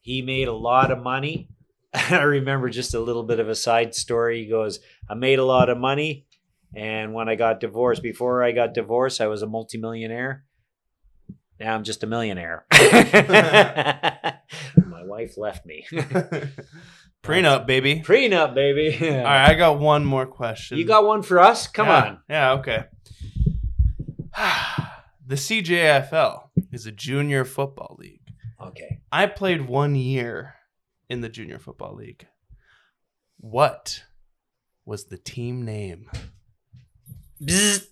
he made a lot of money. I remember just a little bit of a side story. He goes, I made a lot of money. And when I got divorced, before I got divorced, I was a multimillionaire. Now I'm just a millionaire. My wife left me.
Prenup, baby.
Prenup, baby.
All right, I got one more question.
You got one for us? Come
Yeah,
on.
Yeah, okay. the CJFL is a junior football league.
Okay.
I played one year in the junior football league. What was the team name?
Bzzz.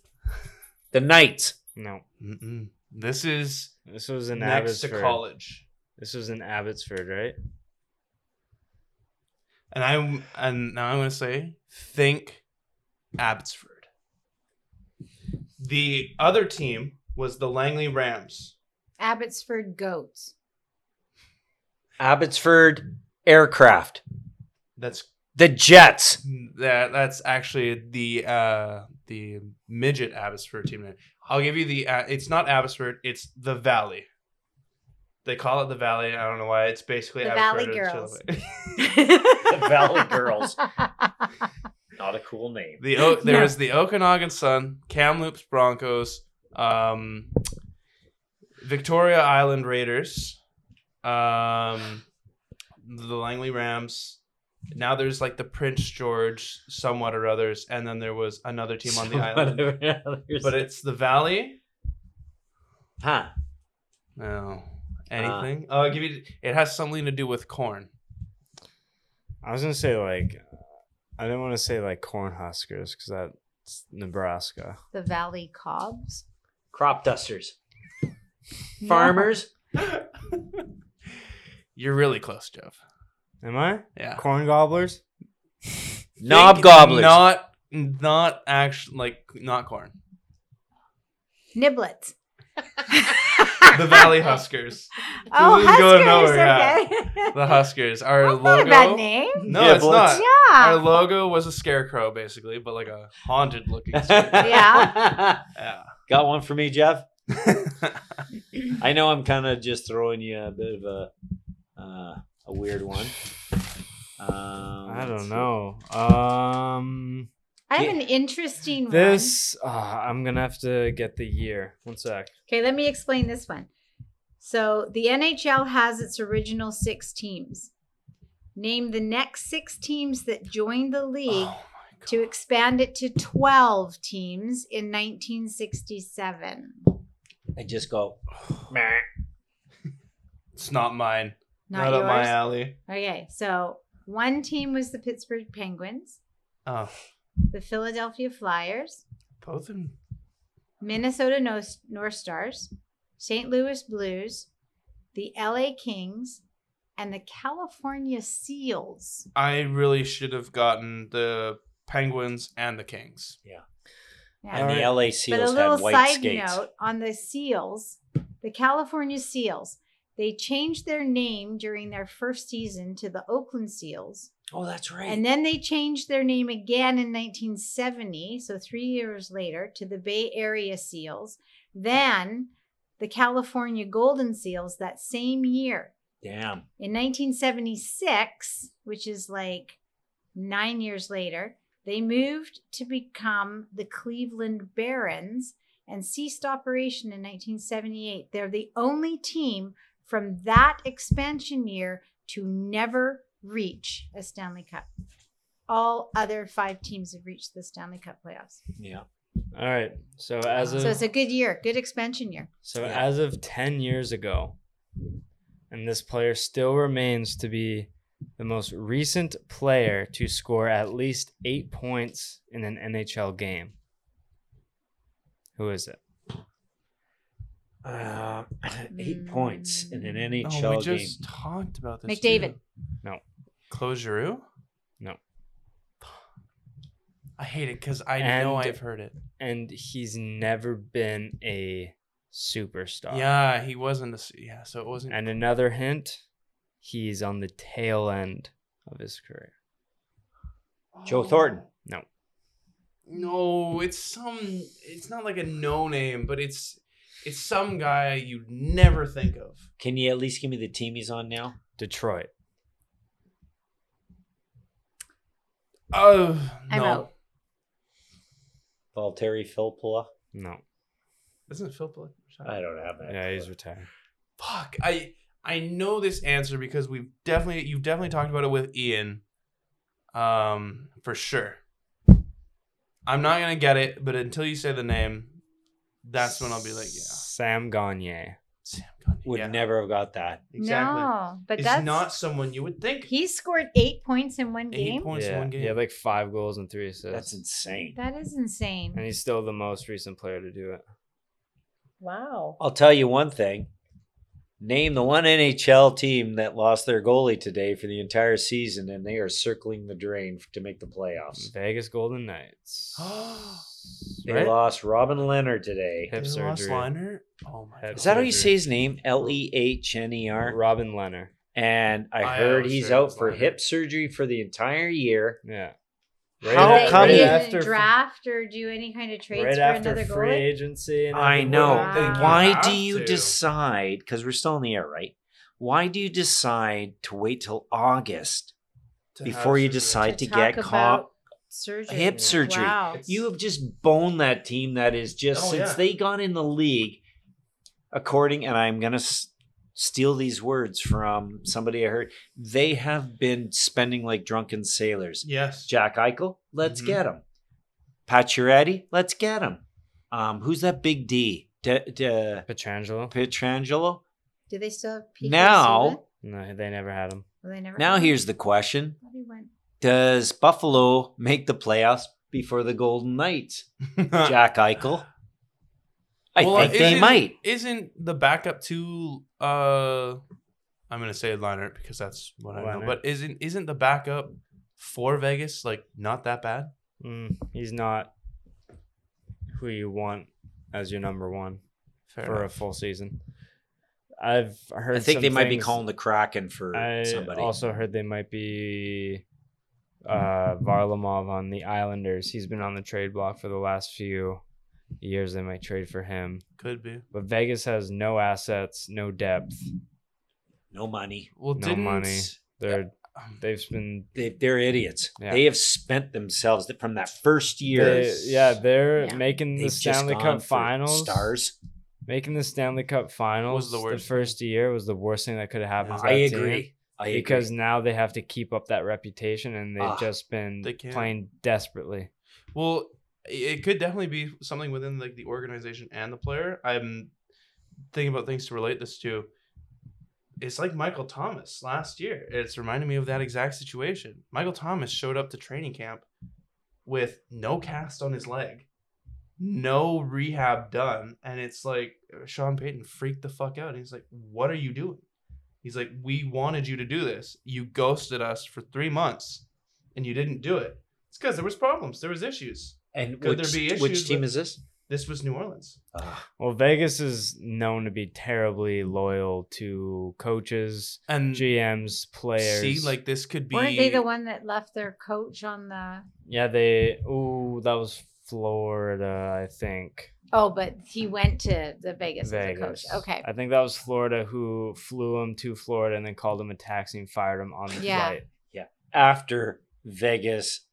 The Knights.
No,
Mm-mm. This is
this was in
next to
Abbotsford.
college,
This was in Abbotsford, right?
and I'm and now I'm gonna say think Abbotsford. The other team was the Langley Rams.
Abbotsford Goats.
Abbotsford Aircraft.
That's
The Jets.
That that's actually the uh the midget Abbotsford team name. I'll give you the. Uh, it's not Abbotsford. It's the Valley. They call it the Valley. I don't know why. It's basically
The
Abbotsford
Valley
and
Girls.
Chilliwack.
the
Valley Girls. Not a cool name.
the o- there
No.
was the Okanagan Sun, Kamloops Broncos, um, Victoria Island Raiders, um, the Langley Rams. Now there's like the Prince George, somewhat or others, and then there was another team on the island. but
but it,
it's the valley.
huh?
Uh,
No, anything. I'll give you. It has something to do with corn.
I was gonna say like, I didn't want to say like Cornhuskers because that's Nebraska.
Valley Cobs.
Crop dusters,
No.
farmers.
You're really close, Jeff.
Am I?
Yeah,
Corn gobblers?
Knob
Think
gobblers.
Not, not actually like not corn.
Niblets.
The Valley Huskers.
Oh,
This is going
Huskers.
nowhere, yeah.
okay.
The Huskers. Our
That's not
logo.
a bad name.
No,
Yeah,
it's
well,
not.
it's-
Our
Yeah.
logo was a scarecrow, basically, but like a haunted looking scarecrow.
yeah.
yeah.
Got one for me, Jeff. I know I'm kind of just throwing you a bit of a uh, a weird one. Um,
I don't know. Um,
I have
Yeah.
an interesting one.
this uh, I'm gonna have to get the year. One sec.
Okay, let me explain this one. So the NHL has its original six teams. Name the next six teams that joined the league
Oh my
to
god.
expand it to 12 teams in 1967.
I just go.
It's not mine.
Not,
up my
yours.
alley.
Okay, so one team was the Pittsburgh Penguins,
Oh,
the Philadelphia Flyers,
both in
Minnesota No- North Stars, St. Louis Blues, the LA Kings, and the California Seals.
I really should have gotten the Penguins and the Kings.
Yeah.
And the
All
LA
But
Seals
a
had
little
white
side
skates.
note on the seals, the California seals, they changed their name during their first season to the Oakland Seals.
Oh, that's right.
And then they changed their name again in 1970, so three years later, to the Bay Area Seals. Then the California Golden Seals that same year.
Damn.
In 1976, which is like nine years later, they moved to become the Cleveland Barons and ceased operation in 1978. They're the only team from that expansion year to never reach a Stanley Cup. all other five teams have reached the Stanley Cup playoffs.
Yeah.
All right. So as of
So it's a good year, good expansion year.
So
Yeah.
as of 10 years ago, and this player still remains to be the most recent player to score at least eight points in an NHL game. Who is it?
Uh, eight
Mm.
points in an
No,
NHL
we
game.
just talked about this.
McDavid.
too.
No.
Claude Giroux?
No.
I hate it because I know
And-
I've heard it.
And he's never been a superstar.
Yeah, he wasn't. A, s- yeah, so it wasn't.
And another hint, he's on the tail end of his career.
Joe Thornton.
No.
No, it's some. It's not like a no name, but it's it's some guy you'd never think of.
Can you at least give me the team he's on now?
Detroit.
Oh,
I'm
no.
out.
Valteri Filppula.
No.
Isn't it Phil Blake?
I don't have that.
Yeah, he's retired.
Fuck. I I know this answer because we've definitely you've definitely talked about it with Ian. Um, for sure. I'm not gonna get it, but until you say the name, that's when I'll be like, yeah,
Sam Gagne.
Sam Gundy.
Would
yeah,
never have got that.
exactly.
No, but
it's
that's
not someone you would think.
he scored eight points in one
Eight
game.
points in
yeah.
one game.
He had like five goals and three assists.
That's insane.
That is insane.
and he's still the most recent player to do it.
Wow.
I'll tell you one thing. Name the one NHL team that lost their goalie today for the entire season, and they are circling the drain to make the playoffs.
Vegas Golden Knights.
They
Right?
lost Robin Leonard today.
Hip
They lost
surgery.
Liner. Oh my
Hip
god.
Is that how you
surgery.
say his name? L E H N E R.
Robin Leonard.
And I
I
heard
was
he's
sure it
out
was
for
Leonard.
hip surgery for the entire year.
Yeah.
How
they,
come
they
he-
didn't
after-
draft or do any kind of trades
right
for
after
another
free
goalie?
agency? And
I
everything?
know.
I think you
Why
have
do you
to.
decide? Because we're still in the air, right? Why do you decide to wait till August?
To
Before
have
you
surgery.
decide to
talk
get caught,
about surgery.
hip surgery.
Wow.
It's-
you have just boned that team that is just
Oh,
since
yeah.
they got in the league. According, and I'm gonna s- steal these words from somebody I heard. They have been spending like drunken sailors.
Yes.
Jack Eichel, let's
Mhm.
get him. Pacioretty, let's get him. Um, who's that big D? De- De-
Petrangelo.
Pietrangelo.
Do they still have PK
Now-
Subban?
No, they never had him.
Well, they never
Now
had him.
here's the question:
Thought he went-
Does Buffalo make the playoffs before the Golden Knights? Jack Eichel. I
Well,
think they
isn't-
might.
Isn't the backup to uh I'm gonna say Leinart because that's what I know.
Leinart.
But isn't isn't the backup for Vegas like not that bad?
Mm, he's not who you want as your number one
Fair
for a
enough.
full season. I've heard.
I think
some
they might be
things-
calling the Kraken for
I
somebody.
also heard they might be uh, Varlamov on the Islanders. He's been on the trade block for the last few years. They might trade for him,
could be.
but Vegas has no assets, no depth.
no money.
Well,
No
didn't
money. They're
um,
they've been
They, they're idiots.
Yeah.
They have spent themselves from that first year.
they, yeah they're
Yeah.
making the
they've just
Stanley
gone
Cup
for
finals.
Stars.
making the Stanley Cup finals
the worst.
first year was the worst thing that could have happened. to
I
that team.
agree. I agree.
Because now they have to keep up that reputation, and they've
Ah,
just been
they can't.
playing desperately.
Well, i- it could definitely be something within like the organization and the player. I'm thinking about things to relate this to. It's like Michael Thomas last year. It's reminding me of that exact situation. Michael Thomas showed up to training camp with no cast on his leg, no rehab done, and it's like uh, Sean Payton freaked the fuck out. He's like, "What are you doing?" He's like, "We wanted you to do this. You ghosted us for 3 months and you didn't do it." It's because there was problems. There was issues.
and
could
which,
there be
which
issues
team
with-
is this?
This was New Orleans.
Ah,
Well, Vegas is known to be terribly loyal to coaches,
And
GMs, players.
Mm. see, like this could be.
Weren't they the one that left their coach on the?
yeah, they. Ooh, that was Florida, I think.
Oh, but he went to the Vegas,
Vegas.
as a coach. Okay.
I think that was Florida who flew him to Florida and then called him a taxi and fired him on the
Yeah.
flight.
after Vegas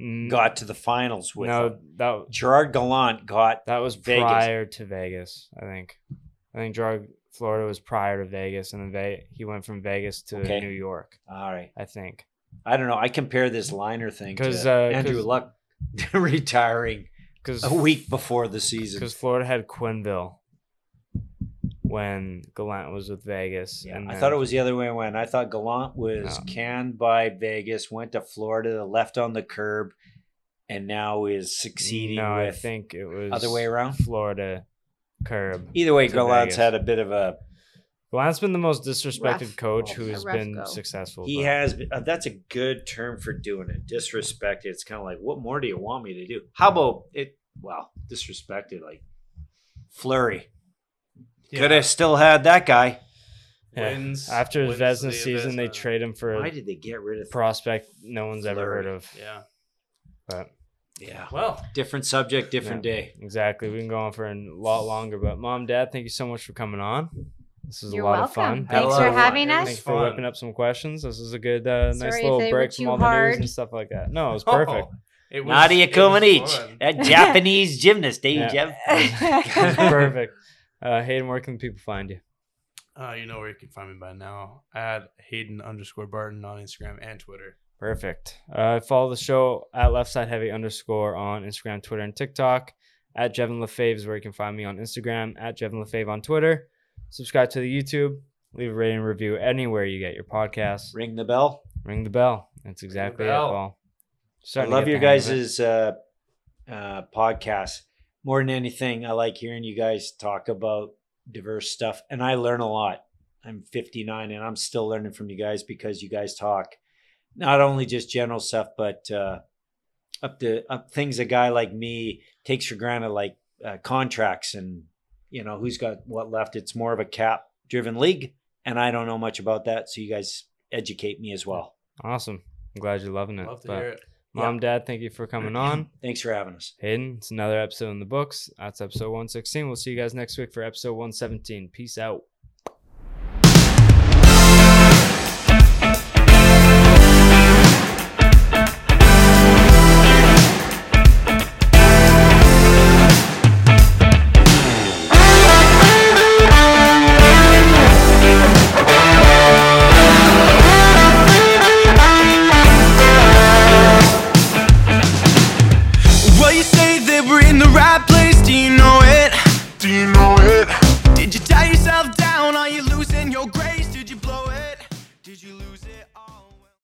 Mm,
got to the finals with
no,
them.
that
Gerard Gallant got
That was
Vegas.
prior to Vegas, I think. I think Gerard Florida was prior to Vegas, and then Ve- he went from Vegas to
Okay.
New York,
all right.
I think.
I don't know. I compare this liner thing
Because,
to
uh,
Andrew
'cause-
Luck retiring
Because
a week before the season.
because Florida had Quinville when Gallant was with Vegas.
Yeah,
and
I
then-
thought it was the other way around. I thought Gallant was
Oh.
canned by Vegas, went to Florida, left on the curb, and now is succeeding
No, I
with
think it was
other way around.
Florida curb.
Either way,
to
Gallant's
Vegas.
had a bit of a
Gallant's been the most disrespected
Rough-
coach
a
who has
rough
been
go.
successful.
he
but-
has been- uh, that's a good term for doing it. Disrespected. It's kind of like, what more do you want me to do? How about it? Wow, disrespected. Like Flurry could have still had that guy.
Yeah.
Wins
after his
wins
Vesna
the
season, they
Vesna.
trade him for
Why
a
did they get rid of?
prospect no one's ever heard
Flurry.
of.
Yeah.
But
yeah,
Well,
different subject, different
Yeah.
day.
exactly, we can go on for a lot longer. But mom, dad, thank you so much for coming on. This was
You're
a lot
welcome.
of fun.
Had a
Thanks
lot
for
of fun.
having
It was
us.
Thanks for whipping up some questions. This was a good, uh, nice
Sorry if
little
they were
break from
too
all the news
hard.
and stuff like that. No, it was
Oh,
perfect.
it was,
Nadia
it was
Comaneci,
fun.
that Japanese gymnast, eh,
Yeah.
Jeff?
It was perfect. Uh, Hayden, where can people find you?
Uh, you know where you can find me by now at Hayden underscore Barton on Instagram and Twitter.
Perfect. Uh, follow the show at left side heavy underscore on Instagram, Twitter, and TikTok. At Jevin Lefave is where you can find me on Instagram. At Jevin Lefave on Twitter. Subscribe to the YouTube. Leave a rating and review anywhere you get your podcasts.
Ring the bell.
Ring the bell. That's exactly
bell.
it, Paul.
I
Starting to
love
get
your
the hang of it.
guys' uh, uh, podcast. More than anything, I like hearing you guys talk about diverse stuff, and I learn a lot. I'm 59, and I'm still learning from you guys because you guys talk not only just general stuff, but uh, up to up things a guy like me takes for granted, like uh, contracts and you know who's got what left. It's more of a cap-driven league, and I don't know much about that, so you guys educate me as well.
Awesome. I'm glad you're loving it.
Love to
But
hear it.
Mom, Dad, thank you for coming on.
Thanks for having us.
Hayden, it's another episode in the books. That's episode 116. We'll see you guys next week for episode 117. Peace out.
Well, you say that we're in the right place. Do you know it? Do you know it? Did you tie yourself down? Are you losing your grace? Did you blow it? Did you lose it? all?